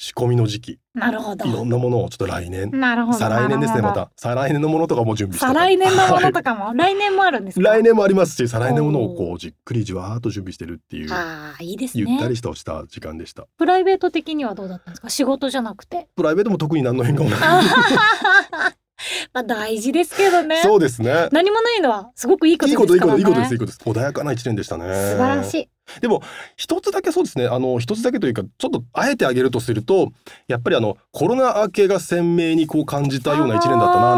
Speaker 2: 仕込みの時期い
Speaker 1: なるほど。
Speaker 2: ろんなものをちょっと来年
Speaker 1: なるほど。
Speaker 2: 再来年ですね
Speaker 1: な
Speaker 2: ま
Speaker 1: るほど。
Speaker 2: た再来年のものとかも準備して
Speaker 1: 再来年のものと
Speaker 2: はい
Speaker 1: かも、来年もあるんですか。
Speaker 2: 来。年もありますし再来年のものをこうじっくりじわーっと準備してるっていう
Speaker 1: ああ、いいです
Speaker 2: ゆった
Speaker 1: ね
Speaker 2: り。したした時間でした。
Speaker 1: プライベート的にはどうだったんですか。仕事じゃなく て。
Speaker 2: プライベートも特に何の変化もない。
Speaker 1: あはははまあ、大事ですけどね。
Speaker 2: そうです ね。
Speaker 1: 何もないのは、すごくいいこ
Speaker 2: いい
Speaker 1: と
Speaker 2: こ
Speaker 1: で
Speaker 2: とい
Speaker 1: す
Speaker 2: い
Speaker 1: から
Speaker 2: こと
Speaker 1: ね。
Speaker 2: いいことですいいことです。穏やかな一年でしたね。
Speaker 1: 素晴らしい。
Speaker 2: 一つだけそうですねあの一つだけというかちょっとあえてあげるとするとやっぱりあのコロナ明けが鮮明にこう感じたような一年だったな
Speaker 1: あ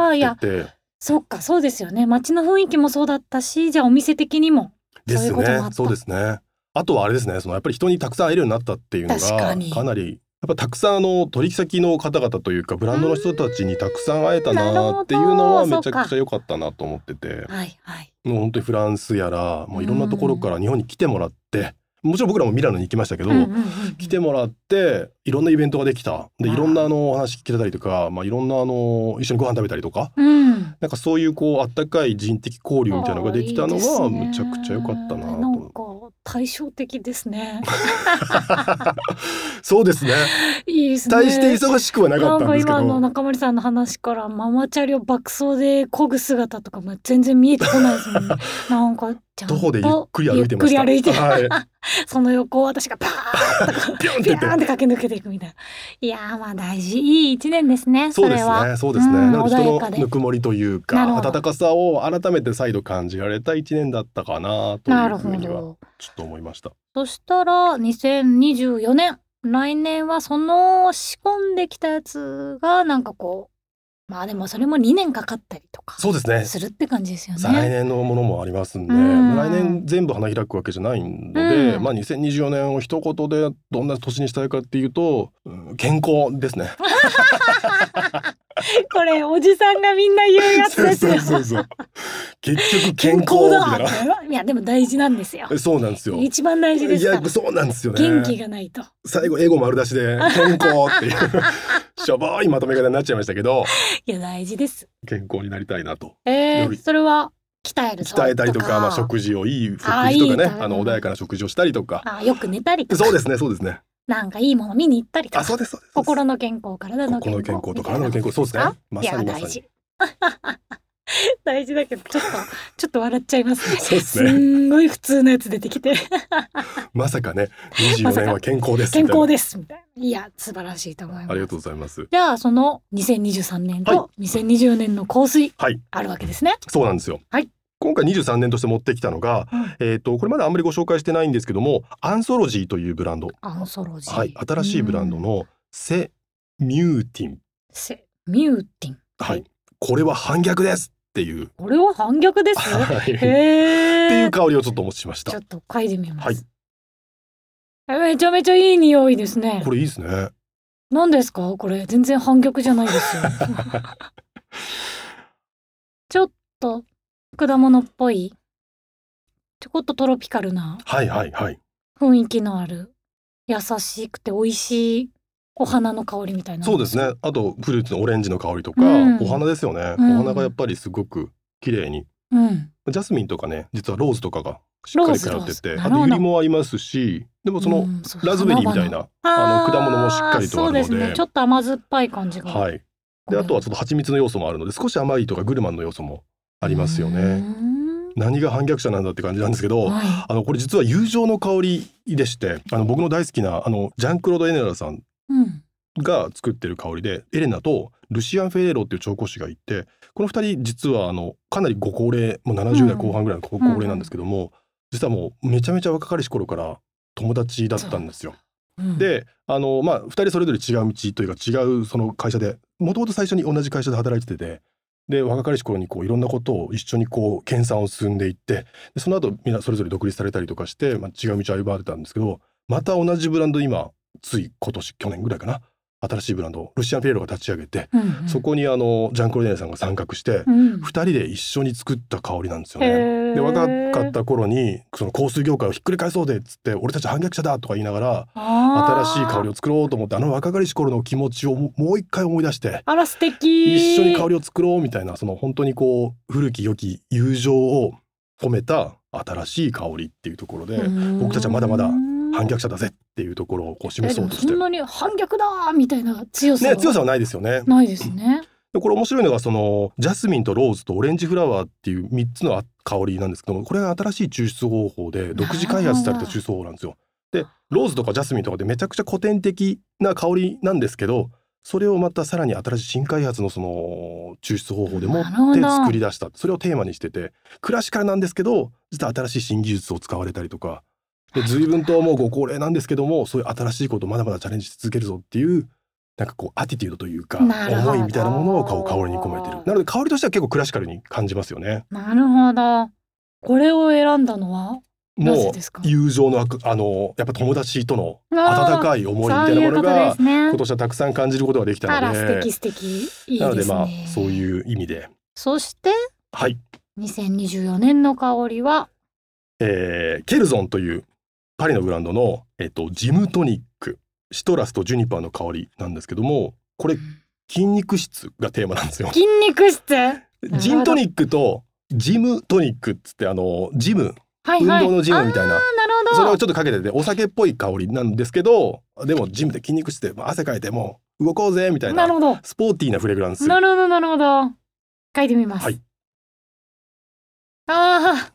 Speaker 2: な
Speaker 1: ーいや
Speaker 2: んて思ってて
Speaker 1: そっか、そうですよね。街の雰囲気もそうだったし、じゃあお店的にも。
Speaker 2: で
Speaker 1: そうい
Speaker 2: す
Speaker 1: うこともあ
Speaker 2: ね
Speaker 1: った
Speaker 2: そうですねあとはあれですねそのやっぱり人にたくさん会えるようになったっていうの
Speaker 1: 確か
Speaker 2: が
Speaker 1: に
Speaker 2: かなりやっぱたくさんあの取引先の方々というかブランドの人たちにたくさん会えた
Speaker 1: うーんなるほ
Speaker 2: な
Speaker 1: ど
Speaker 2: っていうのはめち
Speaker 1: そう
Speaker 2: ゃ
Speaker 1: か
Speaker 2: くちゃ良かったなと思ってて
Speaker 1: はい、はい。
Speaker 2: もう本当にフランスやらもういろんなところから日本に来てもらってもちろん僕らもミラノに行きましたけど、
Speaker 1: うんうんうんうん
Speaker 2: 来てもらっていろんなイベントができたで
Speaker 1: あー
Speaker 2: いろんなあのお話聞けたりとか、まあ、いろんなあの一緒にご飯食べたりとか
Speaker 1: うん。
Speaker 2: なんかそういうこうあったかい人的交流みたいなのができたの
Speaker 1: ああ
Speaker 2: は
Speaker 1: い
Speaker 2: いむ
Speaker 1: です
Speaker 2: ちゃ
Speaker 1: ね
Speaker 2: くちゃ良かったなと
Speaker 1: なんか対照的ですね。
Speaker 2: そうですね
Speaker 1: いいですね。
Speaker 2: 大して忙しくはなかったんですけ
Speaker 1: なんか今の
Speaker 2: ど。
Speaker 1: 中森さんの話からママチャリを爆走で漕ぐ姿とかも全然見えてこないですも んね。なんかちゃんと
Speaker 2: 徒歩でゆっくり歩いてました。
Speaker 1: ゆっくり歩いて
Speaker 2: はい、
Speaker 1: その横を私がパーッと
Speaker 2: ピョンって
Speaker 1: ピ
Speaker 2: 言
Speaker 1: ャ
Speaker 2: って
Speaker 1: ーン。って駆け抜けていくみたいな。いやーまあ大事いい一年ですね。
Speaker 2: そう
Speaker 1: れ
Speaker 2: です
Speaker 1: は
Speaker 2: ね、そうですね。
Speaker 1: うん
Speaker 2: なので
Speaker 1: 穏や
Speaker 2: 人
Speaker 1: か
Speaker 2: の
Speaker 1: で
Speaker 2: ぬくもりという
Speaker 1: なるほ
Speaker 2: か、
Speaker 1: ど
Speaker 2: 温かさを改めて再度感じられた一年だったかなと
Speaker 1: ないる
Speaker 2: うふ
Speaker 1: ほ
Speaker 2: うには
Speaker 1: ど。
Speaker 2: ちょっと思いました。
Speaker 1: そしたら2024年来年はその仕込んできたやつがなんかこうまあでもそれも2年かかったりとか
Speaker 2: そうですね。
Speaker 1: するって感じですよ
Speaker 2: 再来
Speaker 1: ね。
Speaker 2: 年のものもありますんで、
Speaker 1: うん
Speaker 2: 来年全部花開くわけじゃないので、
Speaker 1: うん
Speaker 2: まあ2024年を一言でどんな年にしたいかっていうと、うん健康ですね。
Speaker 1: これおじさんがみんな言うやつですよ。
Speaker 2: そうそうそう結局健
Speaker 1: 健
Speaker 2: 康
Speaker 1: 康
Speaker 2: みた
Speaker 1: だ
Speaker 2: いな
Speaker 1: っていやでも大事なんですよ。
Speaker 2: そうなんですよ。い
Speaker 1: 一番大事ですから。
Speaker 2: やそうなんですよね。
Speaker 1: 元気がないと。
Speaker 2: 最後英語丸出しで健康っていうしょぼいまとめ方になっちゃいましたけど、
Speaker 1: いや大事です。
Speaker 2: 健康になりたいなと。
Speaker 1: え
Speaker 2: より
Speaker 1: ー、それは鍛えるぞ
Speaker 2: 鍛えたりとか、まあ食事をいい食事とかね、
Speaker 1: あーいい食べ物
Speaker 2: あの穏やかな食事をしたりとか。
Speaker 1: あよく寝たりとか
Speaker 2: そうですね、そうですね。
Speaker 1: なんかいいもの見に行ったりと
Speaker 2: あ、
Speaker 1: か
Speaker 2: そうですそうです。
Speaker 1: 心の健康体の健
Speaker 2: 心の
Speaker 1: 康
Speaker 2: 健康と
Speaker 1: みた
Speaker 2: 体
Speaker 1: いな
Speaker 2: の健康、そうですね
Speaker 1: あ。
Speaker 2: ま
Speaker 1: いや
Speaker 2: さにまさ
Speaker 1: 大
Speaker 2: に
Speaker 1: 事。 大事だけど ちょっとちょっと笑っちゃいますね
Speaker 2: そうですね
Speaker 1: んごい普通のやつ出てき て
Speaker 2: まさかね、24
Speaker 1: まさ
Speaker 2: 年
Speaker 1: か
Speaker 2: は健康です
Speaker 1: 健
Speaker 2: みたいな。
Speaker 1: 康ですみたいないや素晴らしいと思います
Speaker 2: ありがとうございます。
Speaker 1: じゃあその2023年と2024年の香水
Speaker 2: はい
Speaker 1: あるわけですね、
Speaker 2: そうなんですよ。
Speaker 1: はい
Speaker 2: 今回23年として持ってきたのが、
Speaker 1: うん
Speaker 2: えっ、とこれまだあんまりご紹介してないんですけども、アンソロジーというブランド、
Speaker 1: アンソロジー、
Speaker 2: はい、新しいブランド
Speaker 1: うん
Speaker 2: のセミューティン、
Speaker 1: セミューティン
Speaker 2: はい、これは反逆ですっていう、
Speaker 1: これは反逆です
Speaker 2: はい、 っ
Speaker 1: へ
Speaker 2: て
Speaker 1: え
Speaker 2: いう香りをちょっとお持ちしまし
Speaker 1: ちょ
Speaker 2: た
Speaker 1: っ。と嗅いでみま
Speaker 2: はい
Speaker 1: す。めちゃめちゃいい匂いですね
Speaker 2: こ。れいいですね。
Speaker 1: 何ですかこれ全然反逆じゃないです よ。ちょっと果物っぽい、ちょこっとトロピカルな
Speaker 2: はいはいはい。
Speaker 1: 雰囲気のある、優しくて美味しいお花の香りみたいな。
Speaker 2: そうですね。あとフルーツのオレンジの香りとか、
Speaker 1: うん
Speaker 2: お花ですよね、
Speaker 1: うん
Speaker 2: お花がやっぱりすごく綺麗に。
Speaker 1: うん。
Speaker 2: ジャスミンとかね、実はローズとかがしっかり通
Speaker 1: ロー
Speaker 2: っ
Speaker 1: ズ
Speaker 2: て
Speaker 1: ロー
Speaker 2: て、
Speaker 1: ズなる
Speaker 2: あと
Speaker 1: ほ
Speaker 2: ユ
Speaker 1: ど
Speaker 2: リもありますし、でもその
Speaker 1: うんそう
Speaker 2: ラズベリーみたいな、あの果物もしっかりとあるので
Speaker 1: ーそうですね。ちょっと甘酸っぱい感じが。
Speaker 2: はい。であとはちょっと蜂蜜の要素もあるので少し甘いとかグルマンの要素もありますよ
Speaker 1: う
Speaker 2: ね。
Speaker 1: ん
Speaker 2: 何が反逆者なんだって感じなんですけど、
Speaker 1: は
Speaker 2: あのこれ実は友情の香りでして、あの僕の大好きなあのジャンクロードエネラさん
Speaker 1: い。うん。
Speaker 2: が作ってる香りで、エレナとルシアン・フェレーロっていう調香師がいて、この二人実はあのかなりご高齢、もう70代後半ぐらいのご高齢なんですけども、実はもうめちゃめちゃ若かりし頃から友達だったんですよ。
Speaker 1: うん、
Speaker 2: であの、まあ、2人それぞれ違う道というか違うその会社でもともと最初に同じ会社で働いててで若かりし頃にこういろんなことを一緒にこう研鑽を進んでいってでその後みんなそれぞれ独立されたりとかして、まあ、違う道を歩まれたんですけどまた同じブランド今つい今年去年ぐらいかな新しいブランドをルシアン・ピエロが立ち上げて、
Speaker 1: うんうん
Speaker 2: そこにあのジャン・クロデネさんが参画して、
Speaker 1: うん
Speaker 2: 2人で一緒に作った香りなんですよね。
Speaker 1: で
Speaker 2: で若かった頃にその香水業界をひっくり返そうでっつって俺たち反逆者だとか言いながら新しい香り
Speaker 1: を
Speaker 2: を作ろうと思ってあの若かりし頃の気持ちをももう一回思い出して
Speaker 1: あら素敵
Speaker 2: 一緒に香
Speaker 1: り
Speaker 2: りを作ろうみたいなその本当にこう古き良き友情を込めた新しい香りっていうところで僕たちはまだまだ反逆者だぜっていうところをこう示
Speaker 1: えで
Speaker 2: そう
Speaker 1: も
Speaker 2: と
Speaker 1: そ
Speaker 2: して
Speaker 1: ん。なに反逆だーみたいな強さ
Speaker 2: ね、
Speaker 1: は
Speaker 2: 強さはないですよね。
Speaker 1: ないですね。
Speaker 2: でこれ面白いのがそのジャスミンとローズとオレンジフラワーっていう3つのあ香りなんですけどもこれが新しい抽出方法で独自開発された抽出方法なんですよ。でローズとかジャスミンとかでめちゃくちゃ古典的な香りなんですけどそれをまたさらに新しい新開発のその抽出方法でもっ
Speaker 1: なるほ
Speaker 2: て
Speaker 1: ど
Speaker 2: 作り出したそれをテーマにしててクラシカルなんですけど実は新しい新技術を使われたりとかで随分ともうご高齢なんですけどもそういう新しいことをまだまだチャレンジし続けるぞっていうなんかこうアティテュードというか
Speaker 1: なるほど
Speaker 2: 思いみたいなものをこう香りに込めてるなので香りとしては結構クラシカルに感じますよね
Speaker 1: なるほど。これを選んだのはなぜ
Speaker 2: も
Speaker 1: ですか
Speaker 2: う友情のあくあのやっぱ友達との
Speaker 1: あー
Speaker 2: 温かい思いみ
Speaker 1: そ
Speaker 2: た
Speaker 1: う
Speaker 2: いな
Speaker 1: いう
Speaker 2: も
Speaker 1: こ
Speaker 2: の
Speaker 1: と
Speaker 2: が
Speaker 1: ですね
Speaker 2: 今。年はたくさん感じることができ
Speaker 1: あ
Speaker 2: たの
Speaker 1: ら素
Speaker 2: で
Speaker 1: 敵素敵いいですね。
Speaker 2: なのでまあそういう意味で
Speaker 1: そして
Speaker 2: はい、
Speaker 1: 2024年の香りは
Speaker 2: えーケルゾンというパリのブランドの、えっと、ジムトニックシトラスとジュニパーの香りなんですけどもこれ筋肉質がテーマなんですよ
Speaker 1: 筋肉質。はど
Speaker 2: ジントニックとジムトニックっつってあのジム
Speaker 1: い
Speaker 2: 運
Speaker 1: はい。
Speaker 2: 動のジ
Speaker 1: あー
Speaker 2: ムみたいな、
Speaker 1: な
Speaker 2: そ
Speaker 1: る
Speaker 2: れ
Speaker 1: ほ
Speaker 2: を
Speaker 1: ど。
Speaker 2: ちょっとかけててお酒っぽい香りなんですけどでもジムで筋肉質でまあ汗かいてもう動こうぜみたい
Speaker 1: な
Speaker 2: な
Speaker 1: るほど。
Speaker 2: スポーティーなフレグランス
Speaker 1: なるほどなるほど。書いてみます。
Speaker 2: はい
Speaker 1: ああ、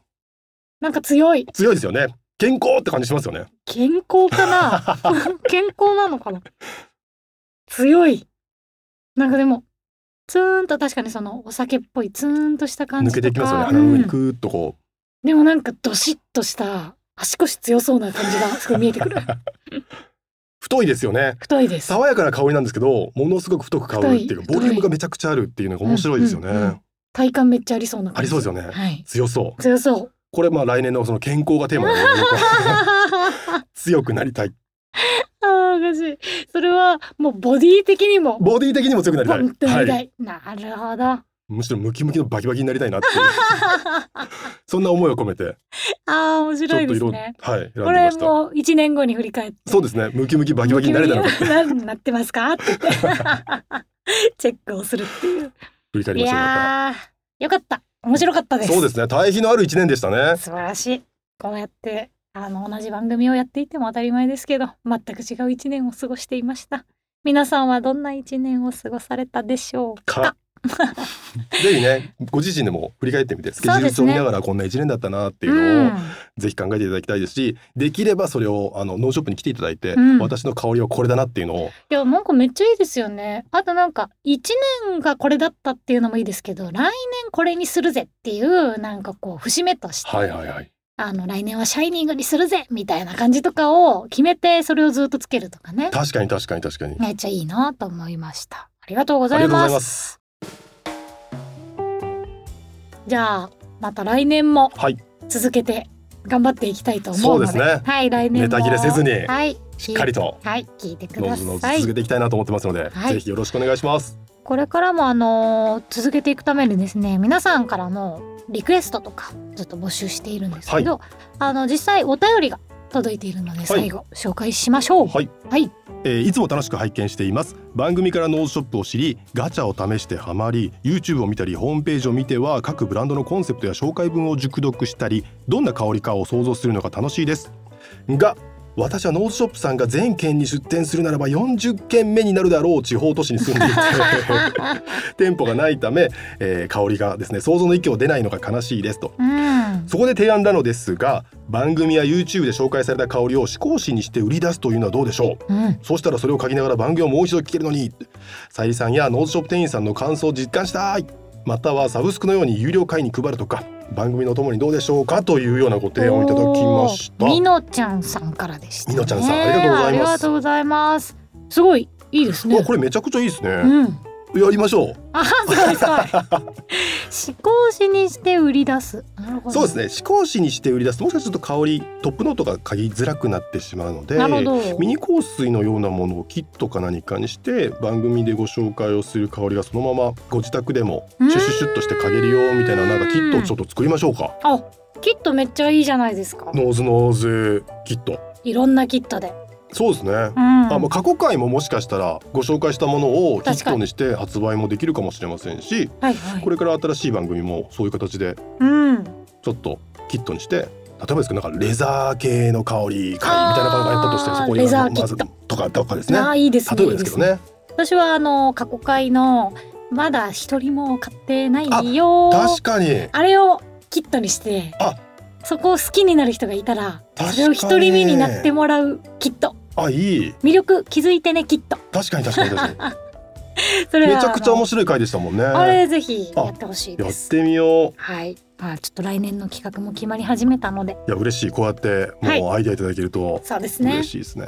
Speaker 1: なんか強い。
Speaker 2: 強いですよね健康って感じしますよね
Speaker 1: 健康かな。 健康なのかな強いなんかでもツーンと確かにそのお酒っぽいツーンとした感じ
Speaker 2: 抜
Speaker 1: とか
Speaker 2: けていきますよね鼻の上に
Speaker 1: うん
Speaker 2: クーッとこ
Speaker 1: でもなんかドシッとした足腰強そうな感じがすごい見えて くる
Speaker 2: う太いですよね
Speaker 1: 太いです
Speaker 2: 爽やかな香りなんですけどものすごく太く香るっていうか
Speaker 1: 太い
Speaker 2: ボリュームがめちゃくちゃあるっていうのが面白いですよね、
Speaker 1: うんうんうん体感めっちゃありそうな
Speaker 2: あ
Speaker 1: 感
Speaker 2: り
Speaker 1: じ
Speaker 2: そうですよね
Speaker 1: はい
Speaker 2: 強そう
Speaker 1: 強 そう
Speaker 2: これまあ来年のその健康がテーマ なので
Speaker 1: あ
Speaker 2: 強くなりたい
Speaker 1: ーおかしいそれはもうボディ的にも
Speaker 2: ボディ的にも強くなりたい
Speaker 1: 本当に痛
Speaker 2: はい、
Speaker 1: い、なるほ ど
Speaker 2: むしろムキムキのバキバキになりたい なっていうそんな思いを込めて
Speaker 1: あー面
Speaker 2: ちょ
Speaker 1: 白
Speaker 2: っ
Speaker 1: いで
Speaker 2: と
Speaker 1: す
Speaker 2: 色を、
Speaker 1: ね
Speaker 2: はい選んで
Speaker 1: こ
Speaker 2: みま
Speaker 1: れ
Speaker 2: した
Speaker 1: もう一年後に振り返って
Speaker 2: そうですねムキムキバキバキになれたのか
Speaker 1: ムキムキはななってますかって言って チェックをするっていう。
Speaker 2: 振り返り
Speaker 1: い
Speaker 2: ましょうま
Speaker 1: やーよかった面白かった
Speaker 2: た
Speaker 1: です。
Speaker 2: そうですね対比のある一年でしたね
Speaker 1: 素晴らしい。こうやってあの同じ番組をやっていても当たり前ですけど全く違う一年を過ごしていました。皆さんはどんな一年を過ごされたでしょう
Speaker 2: か
Speaker 1: か。
Speaker 2: ぜひねご自身でも振り返ってみてスケジュール帳見ながらこんな一年だったなっていうのを
Speaker 1: ん、
Speaker 2: ぜひ考えていただきたいですしできればそれをあのノーショップに来ていただいて、
Speaker 1: うん
Speaker 2: 私の香りはこれだなっていうのを
Speaker 1: いやなんかめっちゃいいですよね。あとなんか1年がこれだったっていうのもいいですけど来年これにするぜっていうなんかこう節目として、
Speaker 2: はいはいはい
Speaker 1: あの来年はシャイニングにするぜみたいな感じとかを決めてそれをずっとつけるとかね
Speaker 2: 確かに確かに確かに、
Speaker 1: めっちゃいいなと思いましたありがとうご
Speaker 2: あ
Speaker 1: ざ
Speaker 2: り
Speaker 1: い
Speaker 2: がとうご
Speaker 1: ま
Speaker 2: ざ
Speaker 1: す
Speaker 2: います
Speaker 1: じゃあまた来年も
Speaker 2: はい
Speaker 1: 続けて頑張っていきたいと思うので
Speaker 2: そうですね
Speaker 1: はい来年も
Speaker 2: ネタ切れせずに
Speaker 1: はい
Speaker 2: しっかりと
Speaker 1: はい聞いてく
Speaker 2: ノー
Speaker 1: だ
Speaker 2: ズノー
Speaker 1: さ
Speaker 2: ズ続け
Speaker 1: い
Speaker 2: ていきたいなと思ってますので、
Speaker 1: はい
Speaker 2: ぜひよろしくお願いします
Speaker 1: これからもあのー続けていくためにですね皆さんからのリクエストとかずっと募集しているんですけど、あの実際お便りが届いているので最後紹介しましょう
Speaker 2: はい、
Speaker 1: はい
Speaker 2: えーいつも楽しく拝見しています番組からノーズショップを知りガチャを試してハマり YouTube を見たりホームページを見ては各ブランドのコンセプトや紹介文を熟読したりどんな香りかを想像するのが楽しいですが私はノーズショップさんが全県に出店するならば40県目になるだろう地方都市に住 んでいて店舗がないため、えー香りがですね想像の域を出ないのが悲しいですと
Speaker 1: うん
Speaker 2: そこで提案なのですが番組や YouTube で紹介された香りを試行紙にして売り出すというのはどうでしょう
Speaker 1: うん
Speaker 2: そうしたらそれを書きながら番組をもう一度聞けるのにさゆりさんやノーズショップ店員さんの感想を実感したいまたはサブスクのように有料会に配るとか番組のともにどうでしょうかというようなご提案をいただきました
Speaker 1: おーみのちゃんさんからでした、ね。
Speaker 2: みのちゃんさんありがとうございます
Speaker 1: ありがとうございます。すごいいいです
Speaker 2: うわ
Speaker 1: ね。
Speaker 2: これめちゃくちゃいいですね、
Speaker 1: うん。
Speaker 2: やりましょう
Speaker 1: あ、すごいすごい。 試行紙にして売り出す。なるほど。
Speaker 2: そうですね試行紙にして売り出すともしかすると香りトップノートが嗅ぎづらくなってしまうので
Speaker 1: なるほど。
Speaker 2: ミニ香水のようなものをキットか何かにして番組でご紹介をする香りがそのままご自宅でもシュシュシュッとして嗅げるよみたいななんかキットをちょっと作りましょうか
Speaker 1: あ、キットめっちゃいいじゃないですか。
Speaker 2: ノーズノーズキット
Speaker 1: いろんなキットで。
Speaker 2: そうですね、
Speaker 1: うん。
Speaker 2: あもう過去回ももしかしたらご紹介したものをキ
Speaker 1: 確
Speaker 2: ッ
Speaker 1: か
Speaker 2: ト
Speaker 1: に
Speaker 2: にして発売もできるかもしれませんし
Speaker 1: はいはい。
Speaker 2: これから新しい番組もそういう形で
Speaker 1: うん。
Speaker 2: ちょっとキットにして例えばですけどなんかレザー系の香り会みたいなのがやったとしたら
Speaker 1: あー
Speaker 2: そこに
Speaker 1: レザー
Speaker 2: あのまず
Speaker 1: キッ
Speaker 2: とかとかですね
Speaker 1: ああいいですね
Speaker 2: 例えばですけどね
Speaker 1: 私はあの過去回のまだ一人も買ってないよ
Speaker 2: 確かに
Speaker 1: あれをキットにして
Speaker 2: あ
Speaker 1: そこを好きになる人がいたら
Speaker 2: 確かに
Speaker 1: それを一人目になってもらうキット
Speaker 2: あいい
Speaker 1: 魅力気づいてねキット
Speaker 2: 確かに確かに 確かに
Speaker 1: それは
Speaker 2: めちゃくちゃ面
Speaker 1: 白
Speaker 2: 白い回でしたもんね
Speaker 1: あのあ
Speaker 2: や
Speaker 1: れぜひやってほしいで
Speaker 2: っ
Speaker 1: す
Speaker 2: てみよう
Speaker 1: はいまあちょっと来年の企画も決まり始めたので
Speaker 2: いや嬉しいこうやってもうアイデアいただけると
Speaker 1: そうですね
Speaker 2: 嬉しいですね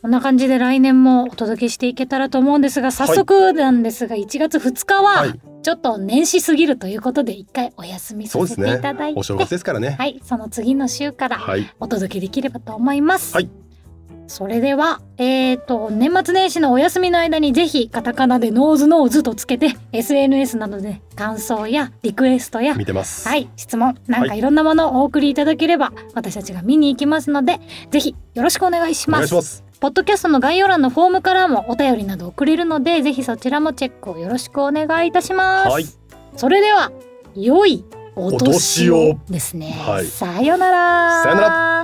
Speaker 1: こんな感じで来年もお届けしていけたらと思うんですが早速なんですが1月2日は、
Speaker 2: はい
Speaker 1: ちょっと年始すぎるということで一回お休みさせていただいて、
Speaker 2: お正月ですからね
Speaker 1: はいその次の週から
Speaker 2: はい
Speaker 1: お届けできればと思います。
Speaker 2: はい
Speaker 1: それでは、えー、と年末年始のお休みの間にぜひカタカナで「ノーズノーズ」とつけて SNS などで感想やリクエストや
Speaker 2: 見てます
Speaker 1: はい質問なんか
Speaker 2: はい
Speaker 1: いろんなものをお送りいただければ、私たちが見に行きますのでぜひよろしくお願いし
Speaker 2: お
Speaker 1: ま
Speaker 2: 願
Speaker 1: す
Speaker 2: いし。ます
Speaker 1: ポッドキャストの概要欄のフォームからもお便りなど送れるのでぜひそちらもチェックをよろしくお願いいたします、
Speaker 2: はい
Speaker 1: それでは良いお年を
Speaker 2: お年を
Speaker 1: ですね、
Speaker 2: はい
Speaker 1: さよなら
Speaker 2: さよな
Speaker 1: ら